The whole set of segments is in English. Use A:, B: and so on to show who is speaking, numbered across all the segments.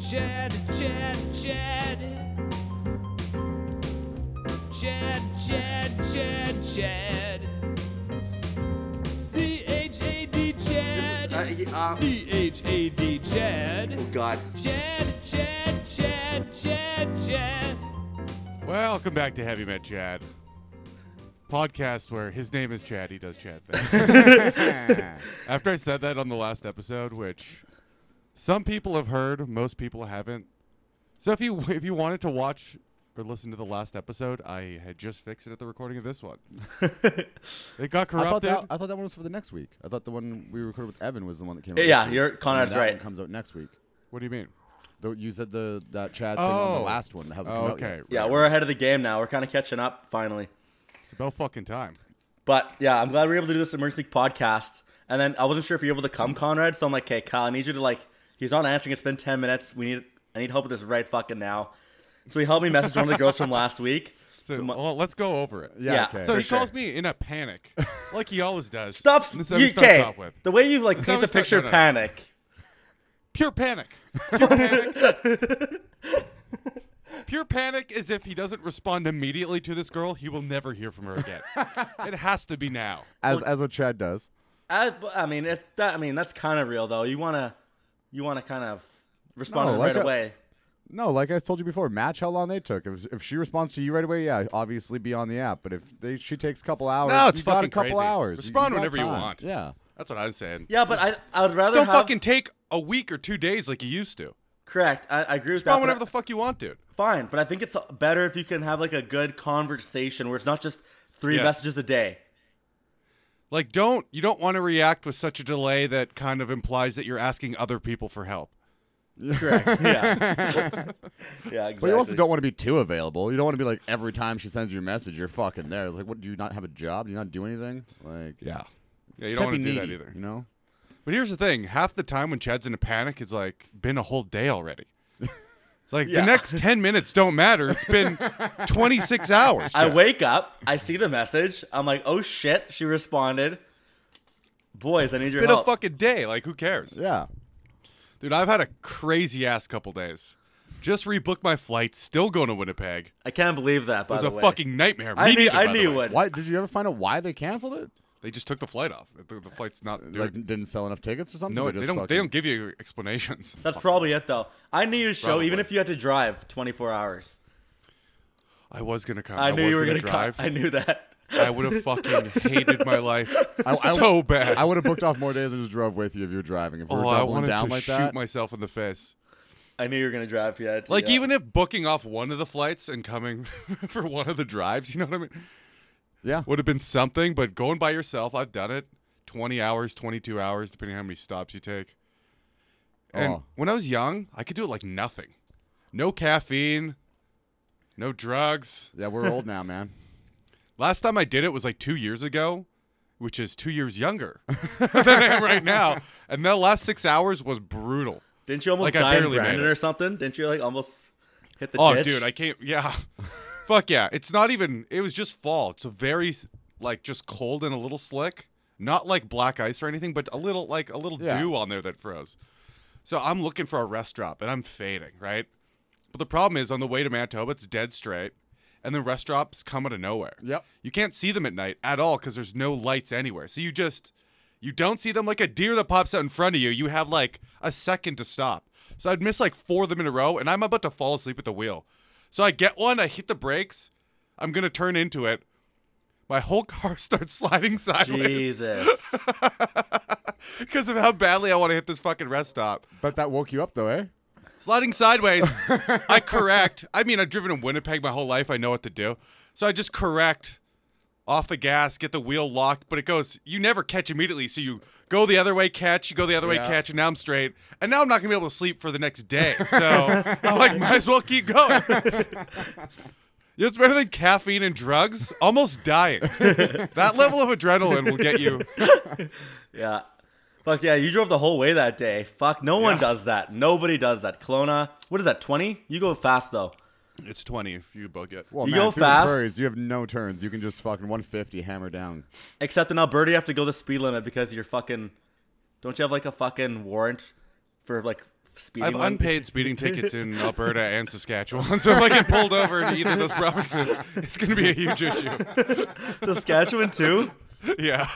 A: Chad, Chad, Chad. Chad, Chad, Chad, Chad. C H A D
B: uh,
A: Chad.
B: y- uh,
A: C H A D Chad.
B: Oh God.
A: Chad, Chad, Chad, Chad, Chad.
C: Welcome back to Heavy Met Chad. Podcast where his name is Chad, he does Chad things. After I said that on the last episode, which some people have heard, most people haven't. So if you if you wanted to watch or listen to the last episode, I had just fixed it at the recording of this one. it got
D: I thought,
C: corrupted.
D: that, uh, I thought that one was for the next week. I thought the one we recorded with Evan was the one that came out.
B: Yeah,
D: this week.
B: you're-
D: And
B: Conrad's
D: that one
B: right.
D: comes out next week.
C: what do you mean?
D: Though you said the that Chad thing on
C: Oh.
D: the last one that hasn't come
C: Oh,
D: out yet.
C: okay.
B: Yeah,
C: right.
B: we're ahead of the game now. We're kind of catching up finally.
C: It's about fucking time.
B: But yeah, I'm glad we were able to do this emergency podcast. And then I wasn't sure if you're able to come, Conrad. So I'm like, okay, Kyle, I need you to like. He's not answering. It's been ten minutes. We need. I need help with this right fucking now. So he helped me message one of the girls from last week.
C: So
B: The mo-
C: well, let's go over it.
D: Yeah.
B: Yeah.
D: okay.
C: So
B: for
C: he calls
B: sure.
C: me in a panic, like he always does.
B: Stop.
C: And so he
B: You,
C: starts
B: okay.
C: off with,
B: The way you like
C: how
B: paint the
C: we start-
B: picture
C: no, no.
B: panic.
C: pure panic. Pure panic. Pure panic is if he doesn't respond immediately to this girl, he will never hear from her again. it has to be now.
D: As as what Chad does.
B: I, I mean, it's that. I mean, that's kind of real though. You wanna, you wanna kind of respond to
D: No,
B: them
D: like
B: right
D: a-
B: away.
D: No, like I told you before, match how long they took. If, if she responds to you right away, yeah, obviously be on the app. But if they, she takes a couple hours,
C: No, it's
D: you got a
C: fucking
D: couple
C: crazy.
D: hours. You-
C: Respond
D: you got
C: whenever you
D: time.
C: want.
D: Yeah.
C: That's what I was saying.
B: Yeah, but I, I would rather
C: Don't
B: have.
C: fucking take a week or two days like you used to.
B: correct. I, I agree with that.
C: Respond
B: but I-
C: whenever the fuck you want, dude.
B: fine, but I think it's better if you can have like a good conversation where it's not just three
C: Yes.
B: messages a day.
C: Like, don't you don't want to react with such a delay that kind of implies that you're asking other people for help.
B: Correct. yeah. yeah. Exactly.
D: But you also don't want to be too available. You don't want to be like every time she sends you a message, you're fucking there. It's like, what? Do you not have a job? Do you not do anything? Like,
C: Yeah, you
D: can't
C: don't want to
D: be
C: do that
D: needy,
C: either.
D: You know?
C: But here's the thing: half the time when Chad's in a panic, it's like been a whole day already. It's like
B: Yeah.
C: the next ten minutes don't matter. It's been twenty six hours.
B: I
C: Chad.
B: wake up. I see the message. I'm like, oh shit. She responded. Boys, I need your
C: Been a
B: help.
C: fucking day. Like who cares,
D: Yeah.
C: dude? I've had a crazy ass couple days. Just rebooked my flight. Still going to Winnipeg. It
B: I can't believe that. By
C: was
B: the
C: a
B: way,
C: fucking nightmare.
B: I
C: Me
B: knew.
C: neither,
B: I
C: by the
B: knew
C: way.
B: it.
D: Why did you ever find out why they canceled it?
C: They just took the flight off. The, the flight's not. Dude,
D: Like, didn't sell enough tickets or something?
C: no,
D: Or
C: they
D: just
C: don't. They
D: fucking-
C: don't give you explanations.
B: That's probably it though. I knew your show, even
C: Probably.
B: if you had to drive 24 hours.
C: I was gonna come.
B: I, knew
C: was
B: you were gonna,
C: drive.
B: Cut. I knew that.
C: I would have fucking hated my life
D: I- I-
C: so bad.
D: I would have booked off more days and just drove with you if you were driving. If we were
C: oh, I
D: doubling
C: wanted
D: down
C: to
D: like
C: shoot
D: that,
C: myself in the face.
B: I knew you were gonna drive. Yeah. it's-
C: Like
B: yeah.
C: even if booking off one of the flights and coming for one of the drives, you know what I mean,
D: yeah.
C: would have been something. But going by yourself, I've done it. Twenty hours, twenty-two hours, depending how many stops you take. And
D: Oh.
C: when I was young, I could do it like nothing, no caffeine, no drugs.
D: Yeah, we're old now, man.
C: Last time I did it was like two years ago, which is two years younger than I am right now. And the last six hours was brutal.
B: Didn't you almost
C: Like, I
B: die in
C: barely made
B: Brandon
C: it.
B: or something? Didn't you like almost hit the
C: Oh,
B: ditch?
C: dude, I can't. Yeah, fuck yeah. It's not even. It was just fall. It's a very like just cold and a little slick. Not like black ice or anything, but a little like a little
D: Yeah.
C: dew on there that froze. So I'm looking for a rest stop and I'm fading right. But the problem is on the way to Manitoba, it's dead straight, and the rest stops come out of nowhere.
D: Yep.
C: You can't see them at night at all because there's no lights anywhere. So you just you don't see them like a deer that pops out in front of you. You have like a second to stop. So I'd miss like four of them in a row, and I'm about to fall asleep at the wheel. So I get one, I hit the brakes, I'm gonna turn into it. My whole car starts sliding sideways
B: Jesus.
C: because of how badly I want to hit this fucking rest stop.
D: But that woke you up though, eh?
C: Sliding sideways, I correct. I mean, I've driven in Winnipeg my whole life. I know what to do. So I just correct off the gas, get the wheel locked, but it goes, you never catch immediately. So you go the other way, catch, you go the other way,
D: Yeah.
C: catch, and now I'm straight. And now I'm not going to be able to sleep for the next day. So I'm like, might as well keep going. It's better than caffeine and drugs. Almost dying. that level of adrenaline will get you.
B: yeah. Fuck yeah, you drove the whole way that day. Fuck, no one does that. Nobody does that. Kelowna, what is that, 20? You go fast though.
C: It's 20 if you book it.
D: Well,
B: You
D: man,
B: go
D: through
B: fast.
D: The prairies, you have no turns. You can just fucking 150 hammer down.
B: Except in Alberta, you have to go the speed limit because you're fucking. Don't you have like a fucking warrant for like speeding.
C: I have
B: one-
C: unpaid speeding tickets in Alberta and Saskatchewan, so if I get pulled over in either of those provinces, it's going to be a huge issue.
B: Saskatchewan too.
C: Yeah.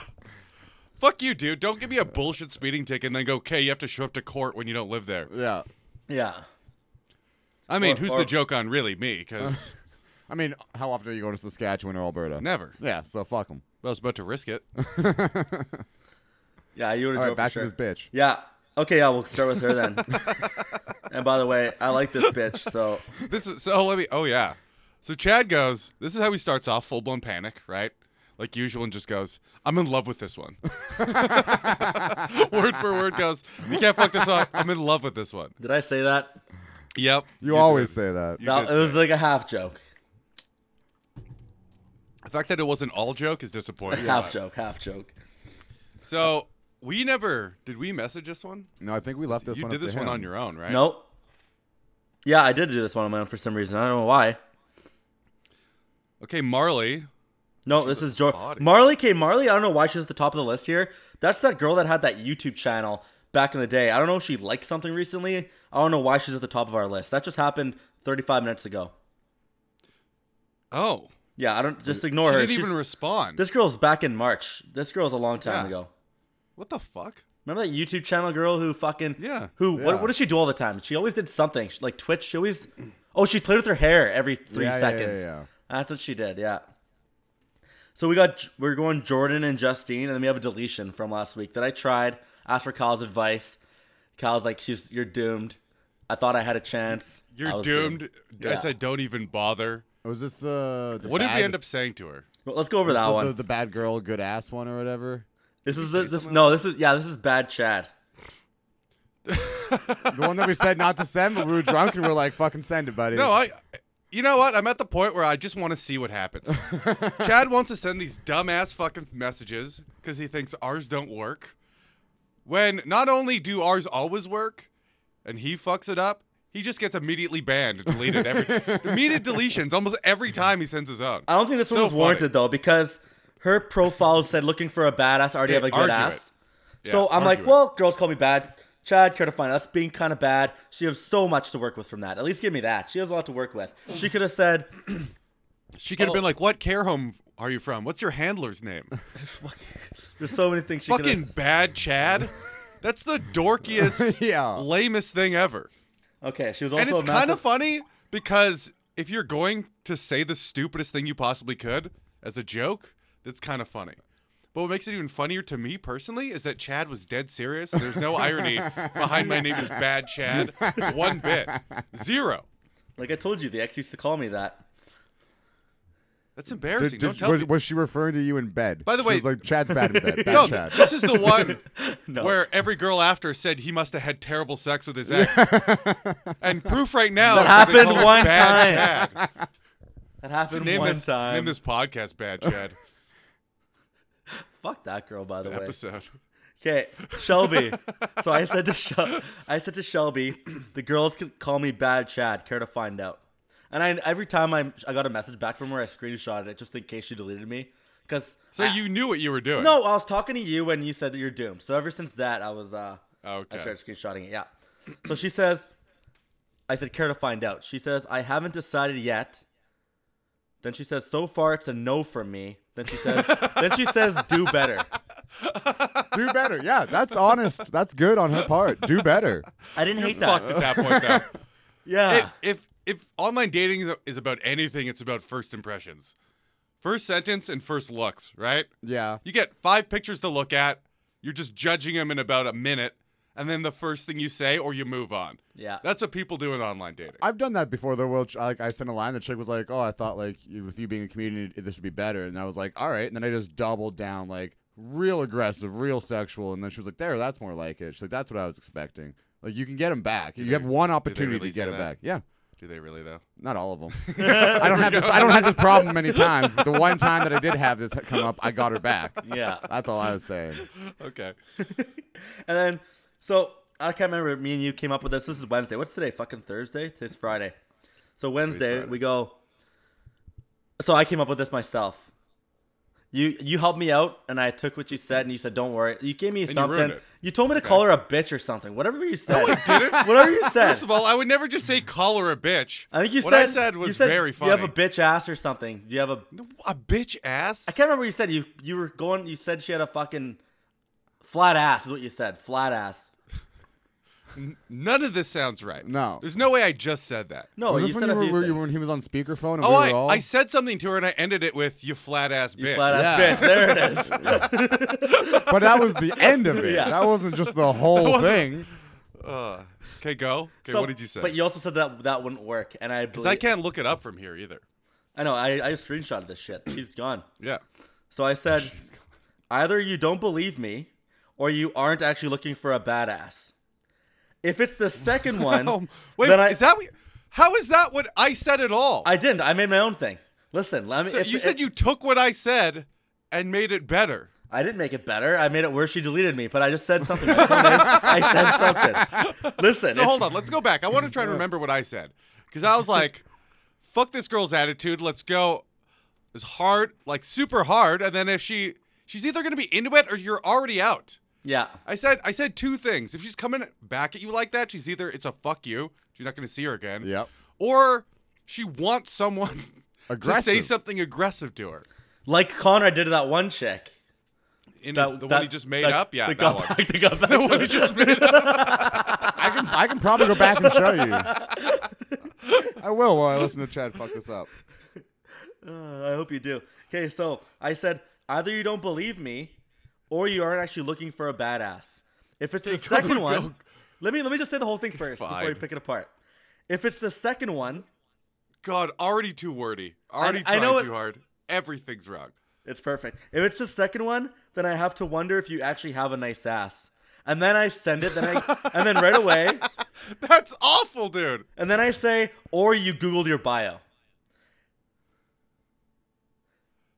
C: Fuck you, dude. Don't give me a bullshit speeding ticket and then go, okay, you have to show up to court when you don't live there.
D: Yeah.
B: Yeah.
C: I mean,
B: Or-
C: who's
B: or-
C: the joke on really? Me, because
D: I mean, how often do you go to Saskatchewan or Alberta?
C: never.
D: Yeah, so fuck them.
C: I was about to risk it.
B: Yeah, you would
D: All
B: have drove
D: right,
B: for
D: back
B: sure.
D: to this bitch.
B: Yeah. Okay, yeah, we'll start with her then. and by the way, I like this bitch, so
C: This is so let me. Oh yeah. So Chad goes. This is how he starts off, full blown panic, right? Like usual, and just goes, "I'm in love with this one." word for word goes, "You can't fuck this up. I'm in love with this one."
B: did I say that?
C: Yep.
D: You, always
C: did.
D: say that.
C: You
B: that
C: did
B: it was like a half joke.
C: The fact that it wasn't all joke is disappointing.
B: Half joke, half joke.
C: So we never did. We message this one.
D: No, I think we left this
C: you
D: one.
C: did
D: up to
C: this one
D: him.
C: on your own, right?
B: Nope. Yeah, I did do this one on my own for some reason. I don't know why.
C: Okay, Marley.
B: No, this is Jordan.
C: body.
B: Marley K. Marley, I don't know why she's at the top of the list here. That's that girl that had that YouTube channel back in the day. I don't know if she liked something recently. I don't know why she's at the top of our list. That just happened 35 minutes ago.
C: Oh,
B: Yeah, I don't just
C: she
B: ignore her.
C: didn't
B: She's-
C: even respond.
B: this girl's back in March. This girl's a long time
C: Yeah.
B: ago.
C: what the fuck?
B: Remember that YouTube channel girl who fucking
C: Yeah.
B: who
D: Yeah.
B: What, what does she do all the time? She always did something she, like Twitch. She always oh she played with her hair every three
D: Yeah, yeah, yeah,
B: seconds.
D: yeah.
B: That's what she did. Yeah. So we got J- we're going Jordan and Justine, and then we have a deletion from last week that I tried. Asked for Kyle's advice. Kyle's like, "She's you're doomed." I thought I had a chance. I
C: You're
B: was
C: doomed. I
B: Yeah.
C: said, don't even bother.
D: Was this the, the
C: What did
D: bad,
C: we end up saying to her?
B: Well, let's go over that
D: the,
B: one.
D: The, the bad girl, good ass one or whatever.
B: this is this no. This is yeah. This is bad Chad.
D: The one that we said not to send, but we were drunk and we are like, "Fucking send it, buddy."
C: No, I. You know what? I'm at the point where I just want to see what happens. Chad wants to send these dumbass fucking messages because he thinks ours don't work. When not only do ours always work, and he fucks it up, he just gets immediately banned, and deleted every immediate deletions almost every time he sends his own.
B: I don't think this one
C: So
B: was warranted
C: funny.
B: though because her profile said looking for a badass. I already have
C: Okay,
B: a good
C: argue
B: ass.
C: Yeah,
B: so I'm like,
C: argue it.
B: well, girls call me bad. Chad care to find us being kind of bad. She has so much to work with from that. At least give me that. She has a lot to work with. She could have said,
C: She could have
B: Oh.
C: been like, "What care home are you from? What's your handler's name?"
B: "There's so many things she could
C: fucking
B: have."
C: bad, Chad. That's the dorkiest,
D: Yeah.
C: lamest thing ever.
B: Okay, she was
C: and
B: also
C: it's
B: a
C: kind
B: massive.
C: of funny because if you're going to say the stupidest thing you possibly could as a joke, that's kind of funny. But what makes it even funnier to me personally is that Chad was dead serious. There's no irony behind my name is Bad Chad. One bit. Zero.
B: like I told you, the ex used to call me that.
C: That's
D: Did-
C: embarrassing.
D: did-
C: Don't tell
D: was,
C: me.
D: was she referring to you in bed?
C: By the
D: She
C: way-
D: was like Chad's bad in bed. Bad
C: no,
D: Chad.
C: this is the one
B: No.
C: where every girl after said he must have had terrible sex with his ex. and proof right now
B: That
C: is they
B: happened
C: call him
B: one
C: Bad Chad.
B: That happened
C: Name
B: one
C: this,
B: time.
C: Name this podcast Bad Chad
B: Fuck that girl, by the way.
C: episode.
B: Okay, Shelby. so I said to Shel- I said to Shelby, the girls could call me bad Chad. Care to find out? And I every time I I got a message back from her, I screenshotted it just in case she deleted me. Because
C: So you knew what you were doing.
B: no, I was talking to you when you said that you're doomed. So ever since that, I was uh I
C: Okay.
B: started screenshotting it. Yeah. So she says, I said care to find out. She says I haven't decided yet. Then she says, so far it's a no from me. Then she says, then she says, do better.
D: Do better. Yeah, that's honest. That's good on her part. Do better.
B: I didn't
C: You're
B: hate that.
C: fucked at that point though.
B: Yeah.
C: if, if if online dating is- is about anything, it's about first impressions. First sentence and first looks, right?
D: Yeah.
C: You get five pictures to look at. You're just judging them in about a minute, and then the first thing you say or you move on.
B: Yeah.
C: That's what people do in online dating.
D: I've done that before though. Well, ch- like I sent a line. The chick was like, "Oh, I thought like you- with you being a comedian, it- this would be better." And I was like, "All right." And then I just doubled down, like real aggressive, real sexual. And then she was like, "There, that's more like it." She's like, "That's what I was expecting." Like you can get them back. You
C: they-
D: have one
C: did they
D: opportunity to
C: really
D: get
C: say
D: them
C: that?
D: back. Yeah,
C: do they really though?
D: not all of them. I don't have this. I don't have this problem many times. But the one time that I did have this come up, I got her back.
B: yeah.
D: That's all I was saying.
C: Okay.
B: And then, so I can't remember. Me and you came up with this. This is Wednesday. What's today? Fucking Thursday. Today's Friday. So Wednesday
C: Friday.
B: we go. So I came up with this myself. You you helped me out, and I took what you said, and you said, "Don't worry." You gave me
C: you ruined
B: something. You,
C: it.
B: told me to call her a bitch or something. Whatever you said.
C: didn't.
B: Whatever you said.
C: First of all, I would never just say call her a bitch.
B: I think you
C: what
B: said
C: I said
B: you
C: was
B: said,
C: very funny.
B: You have a bitch ass or something. You have a. I
C: a bitch ass.
B: can't remember what you said. You you were going. You said she had a fucking flat ass. Is what you said. Flat ass.
C: None of this sounds right.
D: No.
C: there's no way I just said that.
B: No,
D: was
B: Oh, you
D: this
B: said
D: when
B: a
D: you were,
B: few
D: were you-
B: things.
D: when he was on speakerphone? And
C: Oh,
D: we were
C: I,
D: all...
C: I said something to her and I ended it with you flat ass bitch.
B: Flat ass bitch. There it is.
D: but that was the end of it.
B: Yeah.
D: That wasn't just the whole thing.
C: okay, go. Okay,
B: So-
C: what did you say?
B: But you also said that that wouldn't work, and I
C: Because
B: believe
C: I can't look it up from here either.
B: I know. I I just screenshotted this shit. She's gone.
C: Yeah.
B: So I said, either you don't believe me, or you aren't actually looking for a badass. If it's the second one,
C: Oh, wait,
B: then I,
C: is that what, how is that what I said at all?
B: I didn't. I made my own thing. Listen, let me.
C: So
B: it's-
C: you said
B: it-
C: you took what I said and made it better.
B: I didn't make it better. I made it worse. She deleted me, but I just said something. My point is, I said something. Listen.
C: So
B: it's-
C: hold on, let's go back. I want to try and remember what I said because I was like, "Fuck this girl's attitude. Let's go." It's hard, like super hard, and then if she she's either gonna be into it or you're already out.
B: Yeah.
C: I said I said two things. If she's coming back at you like that, she's either it's a fuck you. You're not gonna see her again.
D: Yep.
C: Or she wants someone to say
D: Aggressive.
C: something aggressive to her.
B: Like Conrad did to that one chick.
C: In
B: That,
C: his- the
B: that-
C: one he just made
B: that-
C: up, yeah,
B: that
C: that
B: got
C: one.
B: back- that got back
C: The
B: to
C: one he
B: her.
C: just made up.
D: I can I can probably go back and show you. I will while I listen to Chad fuck this up.
B: Uh, I hope you do. Okay, so I said either you don't believe me, or you aren't actually looking for a badass. If it's the
C: Okay, go-
B: second
C: go-
B: one, let me let me just say the whole thing first before
C: Fine.
B: you pick it apart. If it's the second one,
C: God, already too wordy. Already
B: I
C: trying
B: know it-
C: too hard. Everything's wrong.
B: it's perfect. If it's the second one, then I have to wonder if you actually have a nice ass. And then I send it, then I and then right away,
C: That's awful, dude.
B: and then I say, or you googled your bio.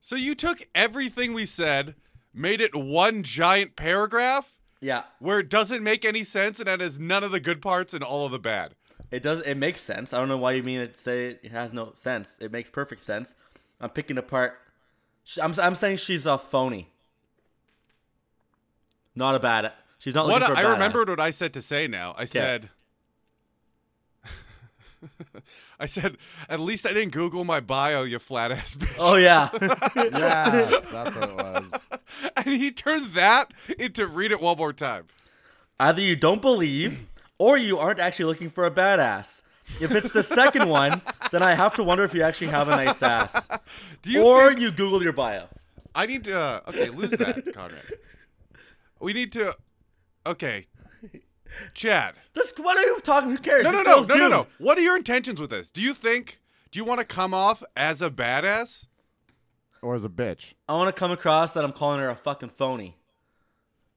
C: So you took everything we said, made it one giant paragraph
B: Yeah,
C: where it doesn't make any sense and it has none of the good parts and all of the bad.
B: It does. It makes sense. I don't know why you mean it. Say it has no sense. It makes perfect sense. I'm picking apart. sh- I'm I'm saying she's a phony. Not a bad. She's not
C: What
B: looking for.
C: I
B: a Oh, badass.
C: remembered what I said to say now. I said I said, at least I didn't Google my bio, you flat ass bitch.
B: Oh yeah.
D: Yes, that's what it was.
C: And he turned that into read it one more time.
B: Either you don't believe, or you aren't actually looking for a badass. If it's the second one, then I have to wonder if you actually have a nice ass,
C: Do you
B: or you Google your bio.
C: I need to. Uh, okay, lose that, Conrad. We need to. Okay, Chad.
B: This. What are you talking? Who cares?
C: No, no,
B: This
C: no,
B: girl's
C: no, no, no.
B: doomed.
C: What are your intentions with this? Do you think? Do you want to come off as a badass?
D: Or as a bitch.
B: I want to come across that I'm calling her a fucking phony,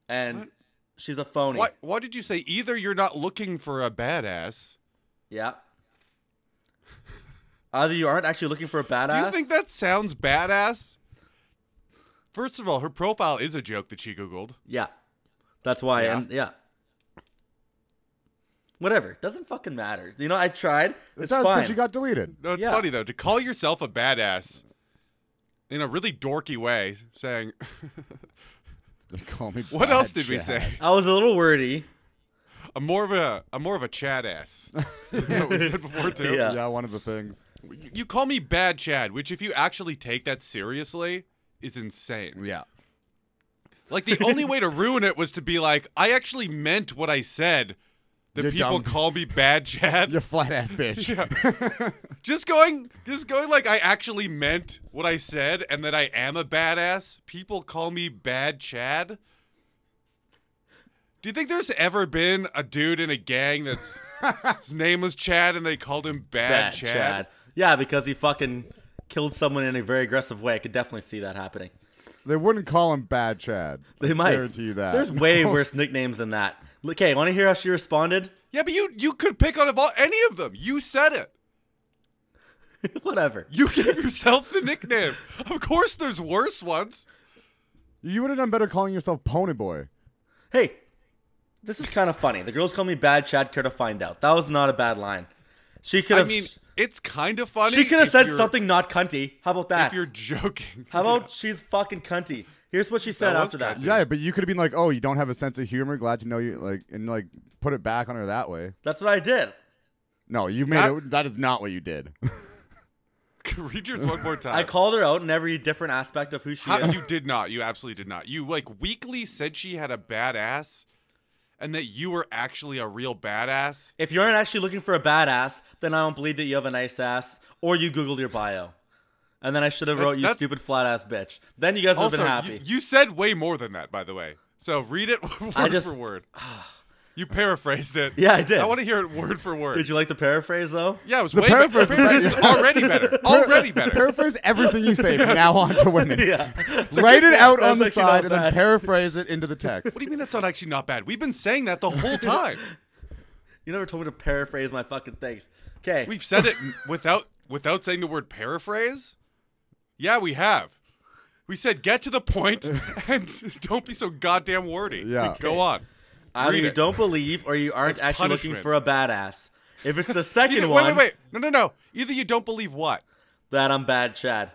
B: and she's a phony.
C: Why? Why did you say either you're not looking for a badass?
B: Yeah. Either you aren't actually looking for a
C: Do
B: badass.
C: you think that sounds badass? First of all, her profile is a joke that she googled.
B: yeah. That's why.
C: Yeah.
B: And yeah. Whatever. Doesn't fucking matter. You know, I tried. It's
D: That's
B: fine.
D: because you got deleted.
C: No, it's
B: Yeah.
C: funny though to call yourself a badass in a really dorky way, saying,
D: They call me.
C: "What
D: Bad
C: else did we
D: Chad.
C: say?"
B: I was a little wordy.
C: I'm more of a I'm more of a Chad ass. Isn't that what we said before too?
B: Yeah.
D: Yeah, one of the things.
C: You- You call me bad Chad, which if you actually take that seriously, is insane.
D: Yeah.
C: Like the only way to ruin it was to be like, I actually meant what I said. The
D: You
C: people
D: dumb-
C: call me bad Chad.
D: You flat ass bitch.
C: Just going just going like I actually meant what I said and that I am a badass. People call me bad Chad. Do you think there's ever been a dude in a gang that's his name was Chad and they called him Bad,
B: Bad Chad. Yeah, because he fucking killed someone in a very aggressive way. I could definitely see that happening.
D: They wouldn't call him Bad Chad.
B: They might.
D: guarantee you that.
B: There's way worse nicknames than that. Okay, want to hear how she responded?
C: Yeah, but you you could pick on of all, any of them. You said it.
B: Whatever.
C: You gave yourself the nickname. Of course, there's worse ones.
D: You would have done better calling yourself Pony Boy.
B: Hey, this is kind of funny. The girls call me Bad Chad Care to find out. That was not a bad line. She could
C: I
B: have.
C: mean, it's kind of funny.
B: she could have
C: if
B: said
C: you're-
B: something not cunty. How about that?
C: If you're joking.
B: How about she's fucking cunty? Here's what she said
C: That was
B: after that.
C: cunty.
D: Yeah, but you could have been like, "Oh, you don't have a sense of humor. Glad to know you." Like, and like put it back on her that way.
B: That's what I did.
D: No, you made
C: That-
D: it. That is not what you did.
C: Yeah. Read yours one more time.
B: I called her out in every different aspect of who she
C: How,
B: is.
C: You did not. You absolutely did not. You like weekly said she had a badass, and that you were actually a real badass.
B: if you aren't actually looking for a badass, then I don't believe that you have a nice ass, or you googled your bio, and then I should have
C: That-
B: wrote you
C: that's-
B: stupid flat ass bitch. Then you guys would have
C: Also,
B: been happy.
C: You, you said way more than that, by the way. So read it word
B: just- Ah.
C: for word. You paraphrased it.
B: Yeah, I did.
C: I want to hear it word for word.
B: Did you like the paraphrase though?
C: Yeah, it was
D: The
C: way better.
D: paraphrase-
C: already better. Already better.
D: paraphrase everything you say from now on to women.
B: Yeah.
D: Write it out
B: That's
D: on the
B: actually not
D: side and then
B: bad.
D: paraphrase it into the text.
C: What do you mean that's not actually not bad? We've been saying that the whole time.
B: You never told me to paraphrase my fucking things. Okay.
C: We've said it without without saying the word paraphrase. Yeah, we have. We said get to the point and don't be so goddamn wordy.
D: Yeah.
C: Go on.
B: Either
C: Read
B: you
C: it.
B: don't believe or you aren't
C: That's
B: actually looking
C: punishment.
B: for a badass. If it's the second
C: Either-
B: one,
C: wait, wait, wait. No, no, no. Either you don't believe what.
B: that I'm bad, Chad.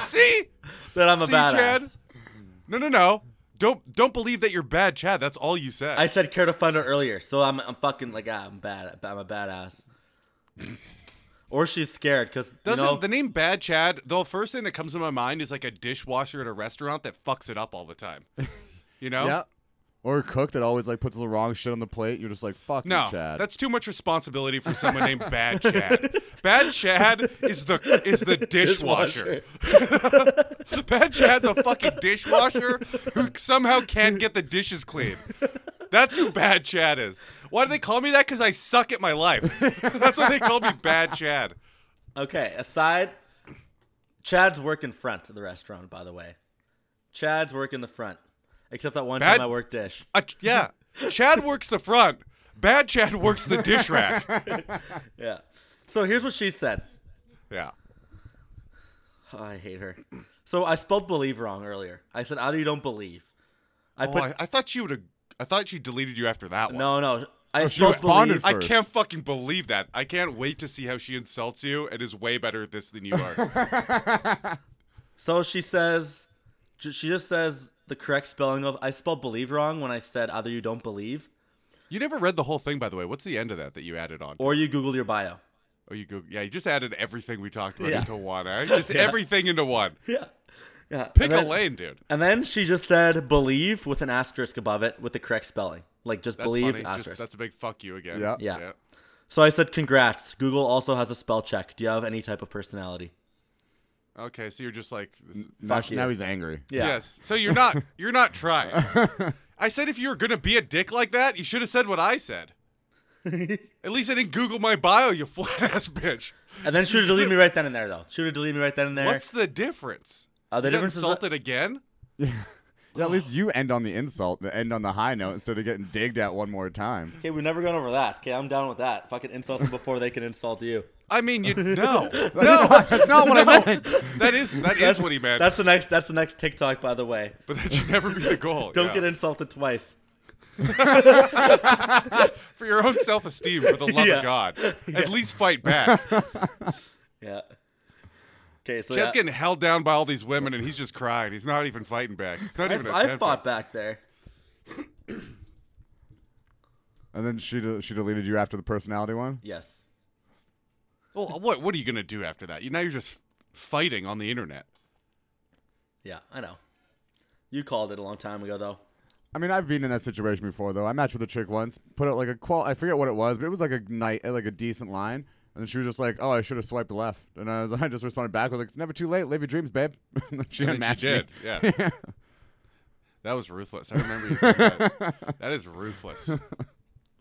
C: See?
B: That I'm a
C: See,
B: badass.
C: Chad? No, no, no. Don't don't believe that you're bad, Chad. That's all you said.
B: I said care to fund her earlier, so I'm I'm fucking like ah, I'm bad. I'm a badass. or she's scared because you
C: Doesn't
B: know
C: the name Bad Chad? The first thing that comes to my mind is like a dishwasher at a restaurant that fucks it up all the time. You know?
D: Yeah. Or a cook that always like puts the wrong shit on the plate. You're just like, fuck
C: No,
D: you, Chad.
C: that's too much responsibility for someone named Bad Chad. Bad Chad is the is the dishwasher. Bad Chad's a fucking dishwasher who somehow can't get the dishes clean. That's who Bad Chad is. Why do they call me that? Because I suck at my life. That's why they call me Bad Chad.
B: Okay, aside, Chad's work in front of the restaurant. By the way, Chad's work in the front, except that one
C: Bad-
B: time I worked dish.
C: Uh, yeah, Chad works the front. Bad Chad works the dish rack.
B: Yeah. So here's what she said.
C: Yeah.
B: Oh, I hate her. So I spelled believe wrong earlier. I said either you don't believe. I
C: Oh,
B: put
C: I, I thought she would have. I thought she deleted you after that one.
B: no, no.
C: Oh,
B: I
D: she
B: spelled
D: responded
B: believe.
C: I
D: first.
C: can't fucking believe that. I can't wait to see how she insults you and is way better at this than you are.
B: So she says, j- she just says the correct spelling of I spelled believe wrong when I said either you don't believe
C: you never read the whole thing, by the way. What's the end of that that you added on?
B: or you googled your bio.
C: Oh, you go. Yeah, you just added everything we talked about
B: Yeah.
C: into one. Eh? Just everything into one.
B: Yeah, yeah.
C: Pick
B: and then,
C: a lane, dude.
B: And then she just said believe with an asterisk above it with the correct spelling, like just
C: That's
B: believe
C: funny. Just-
B: asterisk.
C: that's a big fuck you again.
D: Yeah.
B: Yeah. so I said congrats. Google also has a spell check. Do you have any type of personality?
C: Okay, so you're just like. This,
D: now,
B: fuck
D: she- now
B: you.
D: he's angry.
B: Yeah.
C: Yes. So you're not. You're not trying. I said if you were gonna be a dick like that, you should have said what I said. At least I didn't Google my bio, you flat ass bitch.
B: And then she would delete me right then and there, though. She would delete me right then and there.
C: What's the difference?
B: Uh, the
C: You got
B: difference is that-
C: insulted again.
D: Yeah, at least you end on the insult, and end on the high note instead of getting digged at one more time.
B: Okay, we've never gone over that. Okay, I'm down with that. Fucking insult them before they can insult you.
C: I mean, you no, no.
D: That's not what I meant.
C: That is that is what he meant.
B: That's the next. That's the next TikTok, by the way.
C: but that should never be the goal.
B: Don't
C: yeah.
B: get insulted twice.
C: for your own self esteem. For the love
B: Yeah.
C: of God, at least fight back.
B: Yeah. Okay, so
C: Chad's
B: yeah.
C: getting held down by all these women, and he's just crying. He's not even fighting back. It's not even.
B: I, I
C: attempting.
B: fought back there.
D: And then she de- she deleted you after the personality one.
B: Yes.
C: Well, what what are you gonna do after that? You now you're just fighting on the internet.
B: Yeah, I know. You called it a long time ago, though.
D: I mean, I've been in that situation before, though. I matched with a chick once, put out like a qual. I forget what it was, but it was like a night, uh, like a decent line. And then she was just like, "Oh, I should have swiped left." And I, was, I just responded back with, like, "It's never too late. Live your dreams, babe." and then she
C: And then
D: unmatched
C: she
D: me.
C: did. Yeah. That was ruthless. I remember you saying that. That is ruthless.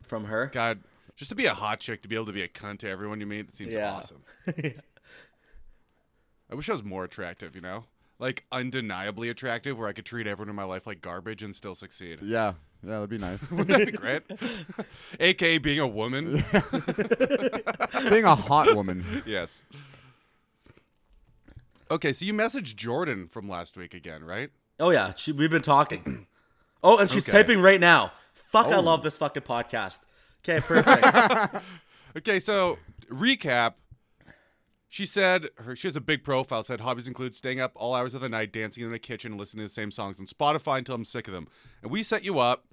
B: From her.
C: God, just to be a hot chick, to be able to be a cunt to everyone you meet, that seems
B: Yeah.
C: awesome. I wish I was more attractive, you know? Like undeniably attractive, where I could treat everyone in my life like garbage and still succeed.
D: Yeah, yeah, that'd be nice.
C: That'd be great. AKA being a woman.
D: Being a hot woman.
C: yes. Okay, so you messaged Jordan from last week again, right?
B: Oh yeah, she, we've been talking. Oh, and she's
C: Okay.
B: typing right now. Fuck, I
D: Oh.
B: love this fucking podcast. Okay, perfect.
C: Okay, so recap. She said her she has a big profile. Said hobbies include staying up all hours of the night, dancing in the kitchen, and listening to the same songs on Spotify until I'm sick of them. And we set you up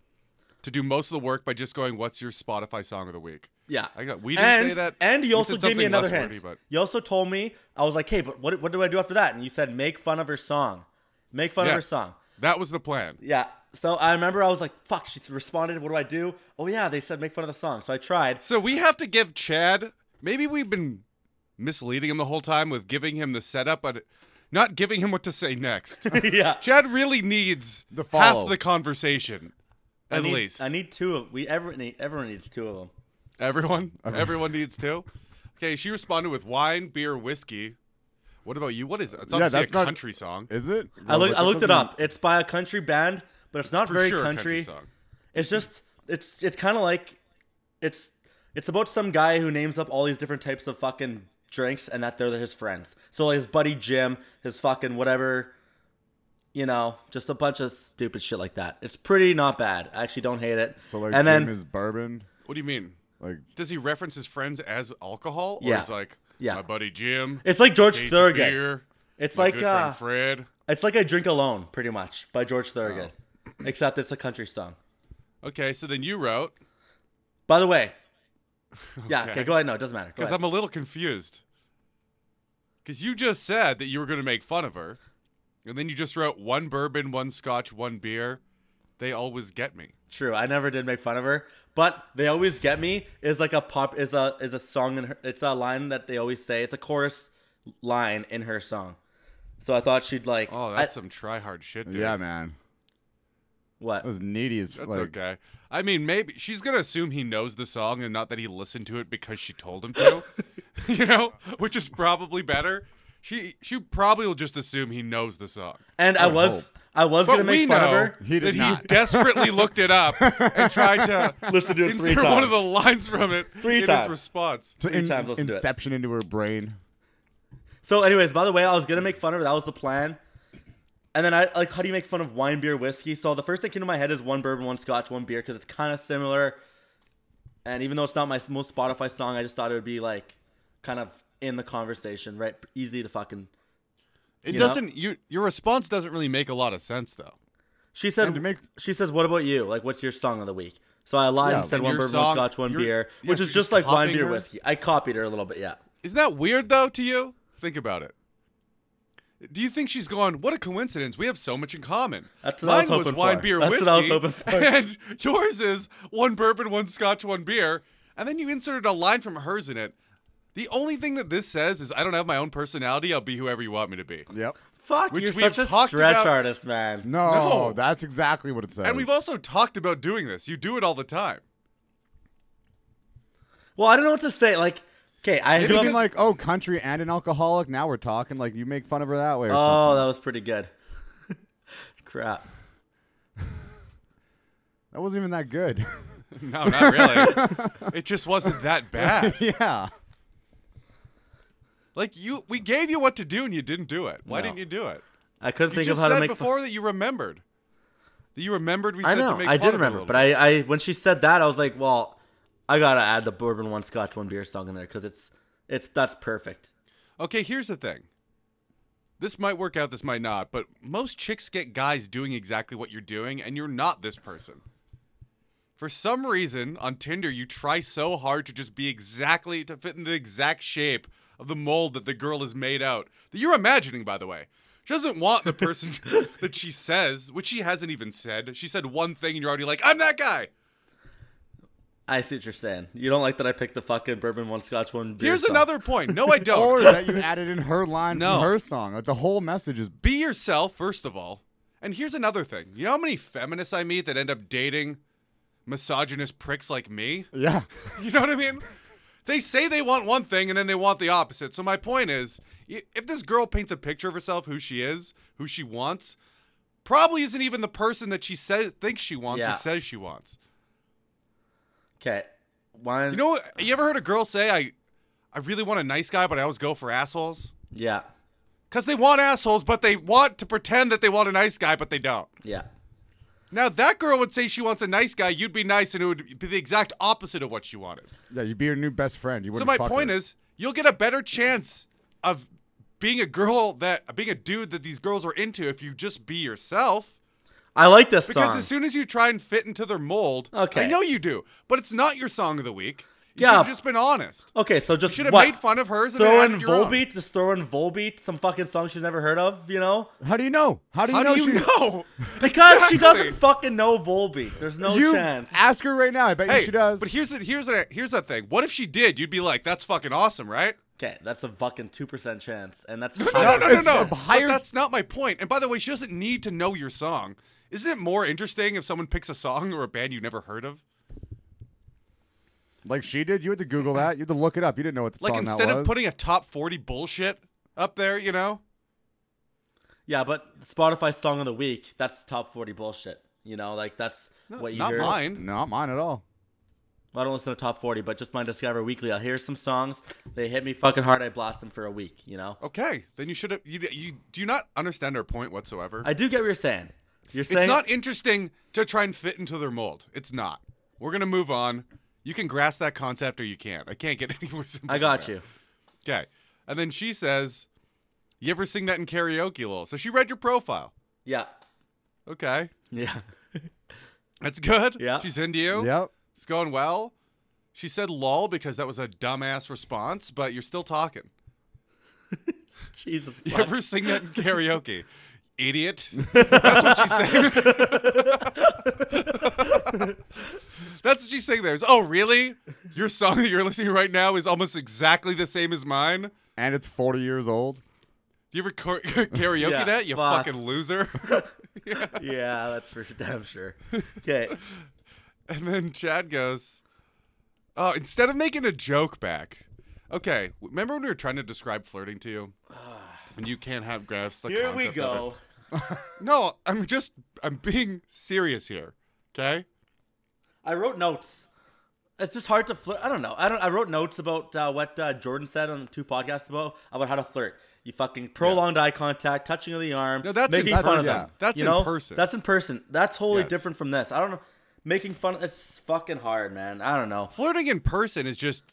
C: to do most of the work by just going, "What's your Spotify song of the week?"
B: Yeah.
C: I got- we didn't
B: and,
C: say that.
B: And you
C: We
B: also
C: said
B: gave me
C: something
B: another
C: less
B: hint.
C: wordy, but-
B: You also told me I was like, hey, but what what do I do after that? And you said make fun of her song. Make fun of her
C: Yes.
B: song.
C: That was the plan.
B: Yeah. So I remember I was like, fuck, she responded, what do I do? Oh yeah, they said make fun of the song. So I tried.
C: So we have to give Chad. Maybe we've been misleading him the whole time with giving him the setup, but not giving him what to say next.
B: yeah.
C: Chad really needs
D: The
C: half
D: follow.
C: the conversation,
B: I
C: at
B: need-
C: least.
B: I need two of we everyone need, everyone needs two of them.
C: Everyone, everyone needs to. Okay, she responded with wine, beer, whiskey. What about you? What is it? It's
D: Yeah,
C: obviously
D: that's
C: a
D: not-
C: country song.
D: Is it?
B: I looked I looked it
D: doesn't-
B: up. It's by a country band, but it's not
C: For
B: very
C: sure a
B: country.
C: song.
B: It's just it's it's kind of like it's it's about some guy who names up all these different types of fucking drinks and that they're his friends. So like his buddy Jim, his fucking whatever, you know, just a bunch of stupid shit like that. It's pretty not bad. I actually don't hate it.
D: So like,
B: and
D: Jim
B: then
D: is bourbon.
C: What do you mean?
D: Like,
C: Does he reference his friends as alcohol? Or
B: Yeah.
C: is like,
B: Yeah.
C: my buddy Jim.
B: it's like George
C: Days of
B: Thurgood.
C: Beer,
B: It's
C: my
B: like,
C: good
B: uh,
C: friend Fred.
B: It's like I drink alone, pretty much, by George Thurgood,
C: Oh.
B: except it's a country song.
C: Okay, so then you wrote
B: By the way, yeah.
C: Okay.
B: Okay, go ahead. No, it doesn't matter. Go
C: because
B: ahead.
C: I'm a little confused. Because you just said that you were going to make fun of her, and then you just wrote one bourbon, one scotch, one beer. They always get me.
B: True, I never did make fun of her, but they always get me is like a pop is a is a song in her. It's a line that they always say. It's a chorus line in her song. So I thought she'd like.
C: Oh,
B: I-
C: that's some try hard shit, dude.
D: yeah, man,
B: what?
D: that was needy as
C: That's
D: like.
C: okay. I mean, maybe she's gonna assume he knows the song and not that he listened to it because she told him to. you know, which is probably better. She she probably will just assume he knows the song.
B: And I, was I was
C: But
B: gonna
C: we
B: make fun
C: know
B: of her.
D: He
C: that
D: did
C: he
D: not.
C: desperately looked it up and tried to
B: Listen to it three
C: insert one of
B: times.
C: the lines from it
B: Three
C: in
B: times.
C: his response.
D: So
B: Three
D: in-
B: times, listen to it.
D: inception into her brain.
B: So, anyways, by the way, I was gonna make fun of her. That was the plan. And then I like, how do you make fun of wine, beer, whiskey? So the first thing that came to my head is one bourbon, one scotch, one beer, because it's kind of similar. And even though it's not my most Spotify song, I just thought it would be like, kind of in the conversation, right? Easy to fucking.
C: It
B: You know?
C: doesn't you your response doesn't really make a lot of sense though.
B: She said.
D: And to make-
B: she says, "What about you? Like, what's your song of the week?" So I lied and
D: Yeah,
B: said
C: and
B: one
C: your
B: bourbon,
C: song-
B: one scotch, one
C: you're-
B: beer,
C: yeah,
B: which
C: so
B: is
C: you're
B: just like wine,
C: copying
B: beer,
C: her?
B: whiskey. I copied her a little bit, yeah.
C: Isn't that weird though to you? Think about it. Do you think she's going? What a coincidence! We have so much in common.
B: That's what I
C: Mine
B: was
C: was
B: hoping
C: wine,
B: for.
C: beer,
B: That's
C: whiskey,
B: what I was hoping for.
C: and yours is one bourbon, one scotch, one beer, and then you inserted a line from hers in it. The only thing that this says is, "I don't have my own personality. I'll be whoever you want me to be."
D: Yep.
B: Fuck,
C: Which
B: you're
C: we've
B: such a
C: talked
B: stretch
C: about-
B: artist, man.
D: No,
C: No.
D: that's exactly what it says.
C: And we've also talked about doing this. You do it all the time.
B: Well, I don't know what to say. Like, okay, I do
D: You
B: have-
D: mean like, oh, country and an alcoholic. Now we're talking. Like you make fun of her that way. Or
B: Oh,
C: Uh,
D: something.
B: that was pretty good. Crap.
D: that wasn't even that good.
C: No, not really. it just wasn't that bad.
D: yeah.
C: Like you, we gave you what to do, and you didn't do it. Why
B: No.
C: didn't you do it?
B: I couldn't
C: You
B: think
C: just
B: of how
C: said
B: to make.
C: before that you remembered. That you remembered we said
B: I know.
C: to make
B: I
C: fun
B: did
C: of it a
B: remember,
C: little
B: but
C: bit.
B: I, I when she said that, I was like, well, I gotta add the bourbon one scotch one beer song in there because it's it's that's perfect.
C: Okay, here's the thing. This might work out, this might not, but most chicks get guys doing exactly what you're doing, and you're not this person. For some reason, on Tinder, you try so hard to just be exactly, to fit in the exact shape of the mold that the girl is made out, that you're imagining, by the way. She doesn't want the person that she says, which she hasn't even said. She said one thing, and you're already like, I'm that guy.
B: I see what you're saying. You don't like that I picked the fucking bourbon one scotch one beer.
C: Here's
B: song.
C: another point. No, I don't.
D: Or that you added in her line
C: No.
D: from her song. Like the whole message is.
C: be yourself first of all and here's another thing you know how many feminists i meet that end up dating misogynist pricks like me
D: Yeah.
C: you know what i mean they say they want one thing and then they want the opposite so my point is i- if this girl paints a picture of herself who she is who she wants probably isn't even the person that she says thinks she wants
B: Yeah.
C: or says she wants
B: Okay, one.
C: you know what- you ever heard a girl say i i really want a nice guy but i always go for assholes
B: Yeah,
C: because they want assholes but they want to pretend that they want a nice guy but they don't
B: yeah.
C: Now that girl would say she wants a nice guy. You'd be nice, and it would be the exact opposite of what she wanted.
D: Yeah, you'd be your new best friend. You
C: So
D: wouldn't.
C: my
D: fuck
C: point
D: her.
C: is, you'll get a better chance of being a girl that being a dude that these girls are into if you just be yourself.
B: I like this
C: Because
B: song.
C: as soon as you try and fit into their mold,
B: Okay.
C: I know you do, but it's not your song of the week. You
B: Yeah.
C: should have just been honest.
B: okay, so just
C: You should have
B: what?
C: made fun of hers. And
B: throw
C: then
B: in
C: added your own.
B: Volbeat, just throw in Volbeat, some fucking song she's never heard of, you know?
D: how do you know? How do you
C: How
D: know?
C: do you
D: she-
C: know?
B: Because she
C: Exactly.
B: doesn't fucking know Volbeat. There's no
D: you
B: chance.
D: ask her right now. I bet you
C: hey,
D: she does.
C: But here's the here's the here's the thing. What if she did? You'd be like, "That's fucking awesome, right?"
B: Okay, that's a fucking two percent chance, and that's
C: No, no, no, no,
D: it's
C: no.
D: a
C: But
D: higher-
C: that's not my point. And by the way, she doesn't need to know your song. Isn't it more interesting if someone picks a song or a band you never heard of?
D: like she did. You had to Google that. You had to look it up. You didn't know what the
C: Like
D: song
C: instead
D: that was.
C: of putting a top forty bullshit up there, you know?
B: Yeah, but Spotify song of the week, that's top 40 bullshit. You know, like that's what you
C: not
B: hear.
C: mine.
D: not mine at all.
B: Well, I don't listen to top 40, but just my Discover Weekly. I'll hear some songs. They hit me fucking hard. I blast them for a week, you know?
C: Okay, then you should have. You, you do you not understand her point whatsoever.
B: I do get what you're saying. You're
C: It's
B: saying.
C: not interesting to try and fit into their mold. It's not. We're gonna move on. You can grasp that concept or you can't. I can't get any more simple.
B: I
C: than
B: got
C: that.
B: you.
C: Okay. And then she says, You ever sing that in karaoke, Lil? So she read your profile.
B: Yeah.
C: Okay.
B: Yeah.
C: That's good.
B: Yeah.
C: She's into you.
D: Yep.
C: It's going well. She said lol because that was a dumbass response, but you're still talking.
B: Jesus.
C: You
B: fuck.
C: ever sing that in karaoke? Idiot. That's what she's saying. That's what she's saying there. Is, oh, really? Your song that you're listening to right now is almost exactly the same as mine? Do
D: And it's 40 years old.
C: you ever kar- karaoke
B: Yeah,
C: that, you
B: fuck.
C: fucking loser?
B: yeah, that's for damn sure. Okay.
C: And then Chad goes, "Oh, instead of making a joke back, okay. Remember when we were trying to describe flirting to you, and you can't have graphs? The
B: Here we
C: concept of it.
B: go.
C: No, I'm just I'm being serious here. Okay,
B: I wrote notes. It's just hard to flirt. I don't know. I don't. I wrote notes about uh, what uh, Jordan said on the two podcasts about about how to flirt. You fucking prolonged eye contact, touching of the arm,
C: No, that's in
B: making fun
C: person.
B: of them.
C: Yeah. That's
B: you
C: in
B: know?
C: person.
B: That's in person. That's wholly
C: Yes.
B: different from this. I don't know. Making fun. It's fucking hard, man. I don't know.
C: flirting in person is just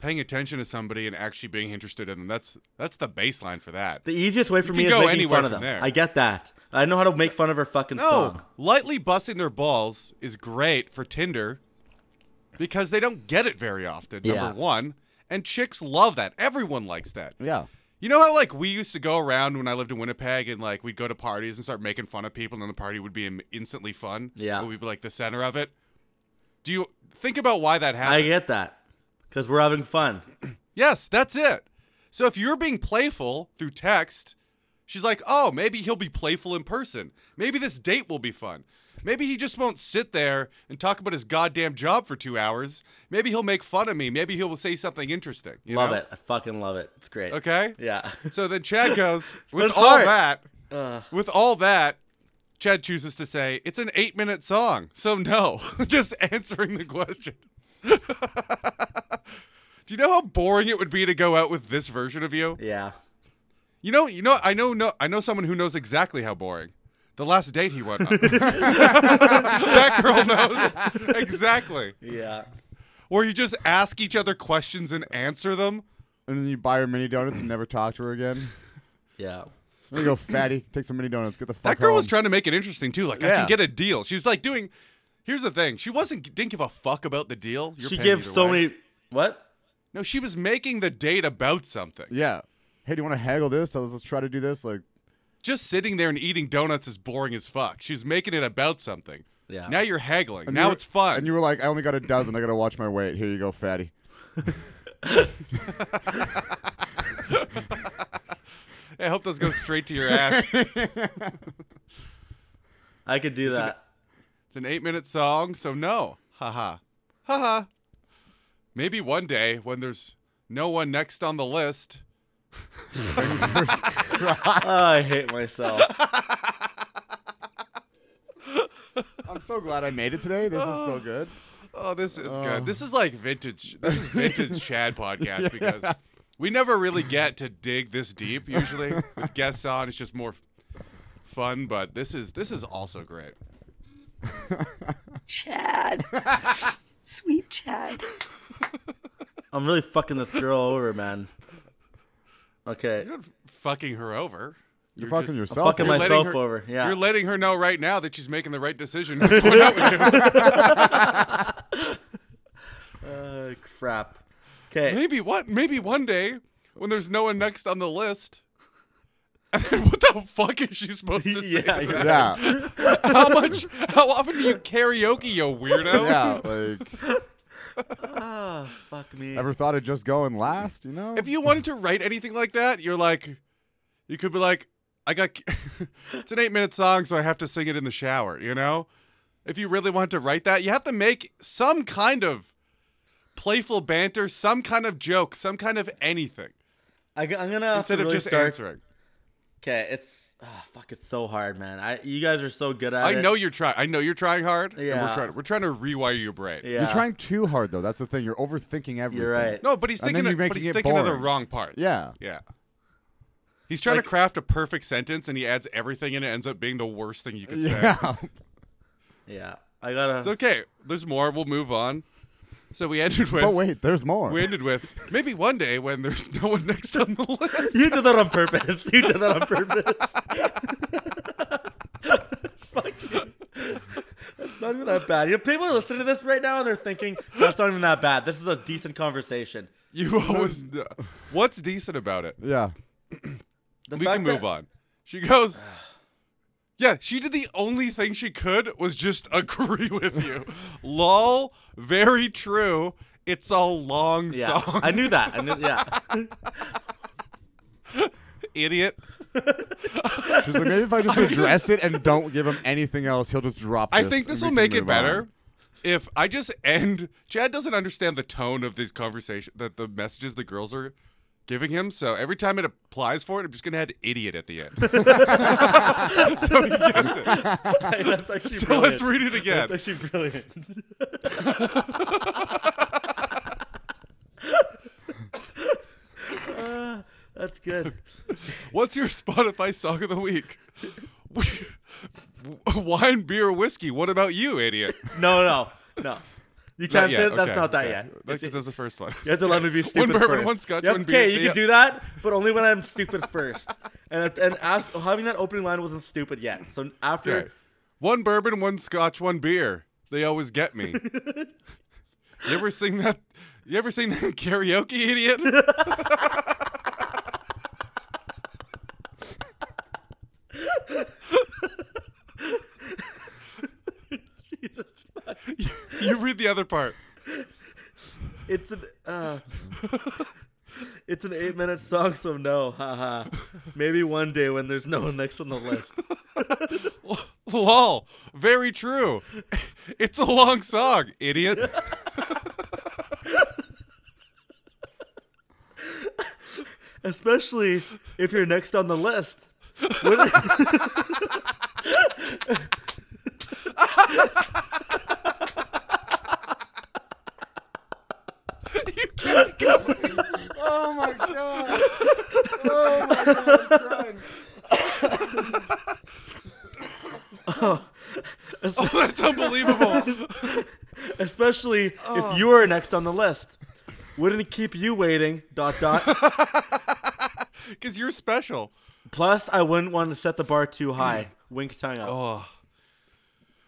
C: paying attention to somebody and actually being interested in them. That's that's the baseline for that.
B: The easiest way for me
C: can
B: is
C: go
B: making
C: anywhere
B: fun of
C: from
B: them.
C: there.
B: I get that. I know how to make fun of her fucking
C: No,
B: song.
C: lightly busting their balls is great for Tinder because they don't get it very often.
B: Yeah.
C: Number one, and chicks love that. Everyone likes that.
D: Yeah.
C: You know how like we used to go around when I lived in Winnipeg and like we'd go to parties and start making fun of people and then the party would be im- instantly fun.
B: Yeah.
C: but we'd be like the center of it. Do you think about why that
B: I
C: happened?
B: get that because we're having fun.
C: yes, that's it. So if you're being playful through text, she's like, "Oh, maybe he'll be playful in person. Maybe this date will be fun. Maybe he just won't sit there and talk about his goddamn job for 2 hours. Maybe he'll make fun of me. Maybe he'll say something interesting." you
B: love
C: know?
B: it. I fucking love it. It's great.
C: Okay?
B: Yeah.
C: So then Chad goes, with
B: it's
C: all
B: hard.
C: that, with all that, Chad chooses to say, it's an eight minute song. So no, just answering the question. Do you know how boring it would be to go out with this version of you?
B: yeah.
C: You know, you know, I know, no, I know someone who knows exactly how boring. The last date he went on. that girl knows exactly.
B: Yeah.
C: Or you just ask each other questions and answer them.
D: And then you buy her mini donuts and never talk to her again.
B: Yeah.
D: There you go, fatty. Take some mini donuts. Get the fuck
C: That girl
D: home.
C: was trying to make it interesting too. Like I
D: Yeah.
C: can get a deal. She was like doing. Here's the thing. She wasn't didn't give a fuck about the deal. You're
B: she
C: paying
B: gives
C: either
B: so
C: way.
B: many. What?
C: No, she was making the date about something.
D: Yeah. Hey, do you want to haggle this? Let's, let's try to do this. Like,
C: Just sitting there and eating donuts is boring as fuck. She was making it about something.
B: Yeah.
C: Now you're haggling.
D: and you
C: now
D: were-
C: it's fun.
D: And you were like, I only got a dozen. I gotta watch my weight. Here you go, fatty.
C: I hope those go straight to your ass. it's
B: I could do that.
C: an eight minute song, so no. Haha. Haha. Maybe one day when there's no one next on the list.
B: Oh, I hate myself.
D: I'm so glad I made it today. This is so good.
C: Oh, this is good. This is like vintage. This is vintage Chad podcast because we never really get to dig this deep. Usually, with guests on, it's just more f- fun. But this is this is also great.
E: Chad. Sweet Chad.
B: I'm really fucking this girl over, man. Okay.
C: You're not fucking her over.
D: You're, fucking
C: just-
D: yourself.
B: fucking
D: here.
B: my-
C: you're letting
B: myself over, yeah.
C: You're letting her know right now that she's making the right decision. by going out with you.
B: Uh, crap. Okay.
C: maybe what? Maybe one day when there's no one next on the list. And then what the fuck is she supposed to say?
B: Yeah,
C: to
B: you're
C: that?
D: yeah,
C: How much? How often do you karaoke, you weirdo?
D: yeah. Like,
B: Ah, fuck me.
D: ever thought of just going last? You know,
C: If you wanted to write anything like that, you're like, you could be like, I got. it's an eight minute song, so I have to sing it in the shower. You know, if you really wanted to write that, you have to make some kind of playful banter, some kind of joke, some kind of anything
B: I, am gonna have
C: instead
B: to
C: of
B: really
C: just
B: start.
C: answering.
B: Okay, it's ah, fuck. It's so hard, man. I you guys are so good at
C: I
B: it.
C: know you're trying. I know you're trying hard. and
B: Yeah.
C: we're trying. We're trying to rewire your brain.
B: Yeah.
D: you're trying too hard though. That's the thing. You're overthinking everything.
B: You're right.
C: No, but he's
D: And
C: thinking.
D: then
C: Of,
D: you're
C: but
D: making
C: he's
D: it
C: thinking of the
D: boring.
C: wrong parts.
D: Yeah.
C: Yeah. He's trying
B: Like-
C: to craft a perfect sentence, and he adds everything, and it ends up being the worst thing you could say.
D: Yeah.
B: Yeah, I gotta.
C: It's okay. There's more. We'll move on. So we ended with.
D: but wait, there's more.
C: We ended with maybe one day when there's no one next on the list.
B: You did that on purpose. You did that on purpose. Fuck you. That's not even that bad. You know, people are listening to this right now and they're thinking, that's not even that bad. This is a decent conversation.
C: You always. What's decent about it?
D: Yeah.
B: The
C: we
B: fact
C: can move
B: that-
C: on. She goes. Yeah, she did the only thing she could was just agree with you. Lol, very true. It's a long
B: Yeah,
C: song.
B: I knew that. I knew, yeah.
C: Idiot.
D: She's like, maybe if I just address it and don't give him anything else, he'll just drop.
C: I
D: This
C: think
D: and
C: this
D: we
C: will
D: can
C: make it
D: move on."
C: better if I just end. Chad doesn't understand the tone of these conversations, that the messages the girls are giving him. So every time it applies for it, I'm just gonna add idiot at the end. so he gets it.
B: That's actually
C: So
B: brilliant.
C: let's read it again.
B: That's actually brilliant. Uh, that's good.
C: What's your Spotify song of the week? Wine, beer, whiskey. What about you, idiot?
B: No, no, no. You can't say
C: yet.
B: that. That's
C: Okay,
B: not that
C: okay.
B: yet.
C: That's
B: It's-
C: 'cause that's the first one.
B: You have to let me be stupid
C: bourbon,
B: first.
C: one scotch,
B: You have
C: one
B: to-
C: beer.
B: Okay, you
C: Yeah.
B: can do that, but only when I'm stupid first. and and ask, having that opening line wasn't stupid yet. So after,
C: Okay. One bourbon, one scotch, one beer. They always get me. you ever sing that? You ever sing that karaoke, idiot? You- you read the other part.
B: it's an uh, it's an eight minute song. So no, haha. Maybe one day when there's no one next on the list.
C: Lol. Very true. It's a long song, idiot.
B: Especially if you're next on the list. Wouldn't-
D: Oh my god. Oh my god. I'm crying.
C: Oh, That's unbelievable.
B: especially
C: Oh.
B: if you are next on the list. Wouldn't it keep you waiting? Dot dot.
C: Because you're special.
B: Plus, I wouldn't want to set the bar too high. Wink tongue out.
C: Oh.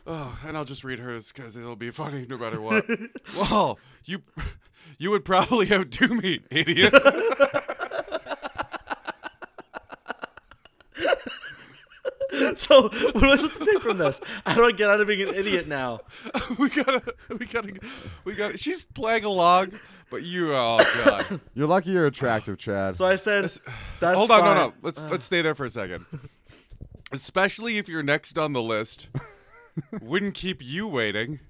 C: Oh, and I'll just read hers because it'll be funny no matter what. well, you you would probably outdo me, idiot.
B: So what am I supposed to take from this? How do I get out of being an idiot now?
C: we gotta, we gotta, we gotta. She's playing along, but you, oh god.
D: You're lucky you're attractive, Chad.
B: So I said, that's
C: Hold on,
B: fine. Uh.
C: no, no. Let's let's stay there for a second. Especially if you're next on the list, wouldn't keep you waiting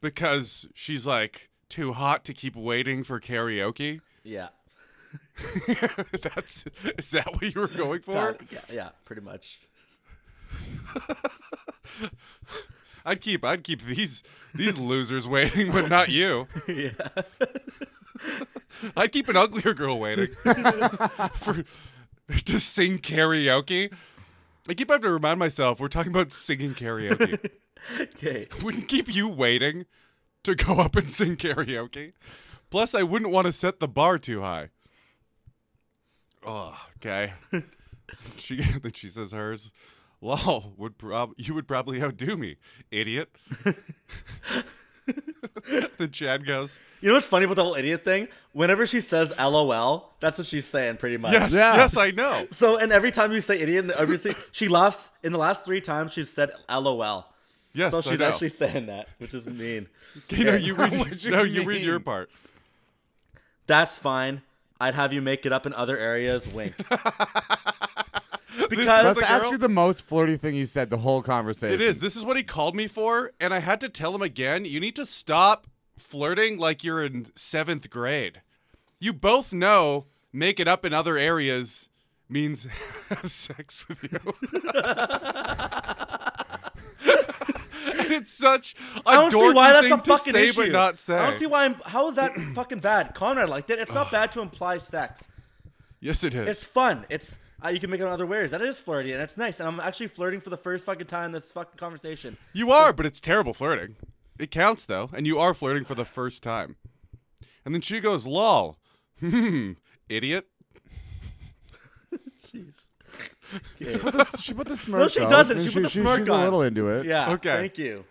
C: because she's like too hot to keep waiting for karaoke.
B: Yeah,
C: That's is that what you were going for?
B: That- yeah, yeah, pretty much.
C: I'd keep I'd keep these these losers waiting, but not you.
B: yeah,
C: I'd keep an uglier girl waiting for to sing karaoke. I keep having to remind myself we're talking about singing karaoke.
B: Okay.
C: wouldn't keep you waiting to go up and sing karaoke. Plus, I wouldn't want to set the bar too high. Oh, okay. she then she says hers. Lol, would prob you would probably outdo me, idiot. then Chad goes,
B: You know what's funny about the whole idiot thing? Whenever she says LOL, that's what she's saying pretty much.
C: Yes,
D: Yeah.
C: yes, I know.
B: So, and every time you say idiot and everything, she laughs. In the last three times, she's said LOL.
C: Yes,
B: So
C: I
B: she's
C: know.
B: actually saying that, which is mean.
C: You know, you read,
D: What you
C: no, you read your
D: mean?
C: part.
B: That's fine. I'd have you make it up in other areas. Wink.
C: That's
B: because
D: That's
C: the girl?
D: actually the most flirty thing you said the whole conversation.
C: It is. This is what he called me for, and I had to tell him again. You need to stop flirting like you're in seventh grade. You both know make it up in other areas means have sex with you. and it's such a
B: I don't see
C: dorky
B: why that's
C: thing
B: a
C: to
B: fucking
C: say
B: issue.
C: but not say.
B: I don't see why. I'm, how is that fucking bad? Conrad liked it. It's not bad to imply sex.
C: yes, it is.
B: It's fun. It's uh, you can make it on other ways. That is flirty and it's nice. And I'm actually flirting for the first fucking time in this fucking conversation.
C: You are, but it's terrible flirting. It counts though, and you are flirting for the first time. And then she goes, "Lol, hmm, idiot."
B: Jeez.
D: Put the- she put the smirk.
B: she
D: out,
B: doesn't.
D: and
B: She put the
D: she,
B: smirk
D: she's
B: on.
D: a little into it.
B: Yeah.
C: Okay.
B: Thank you,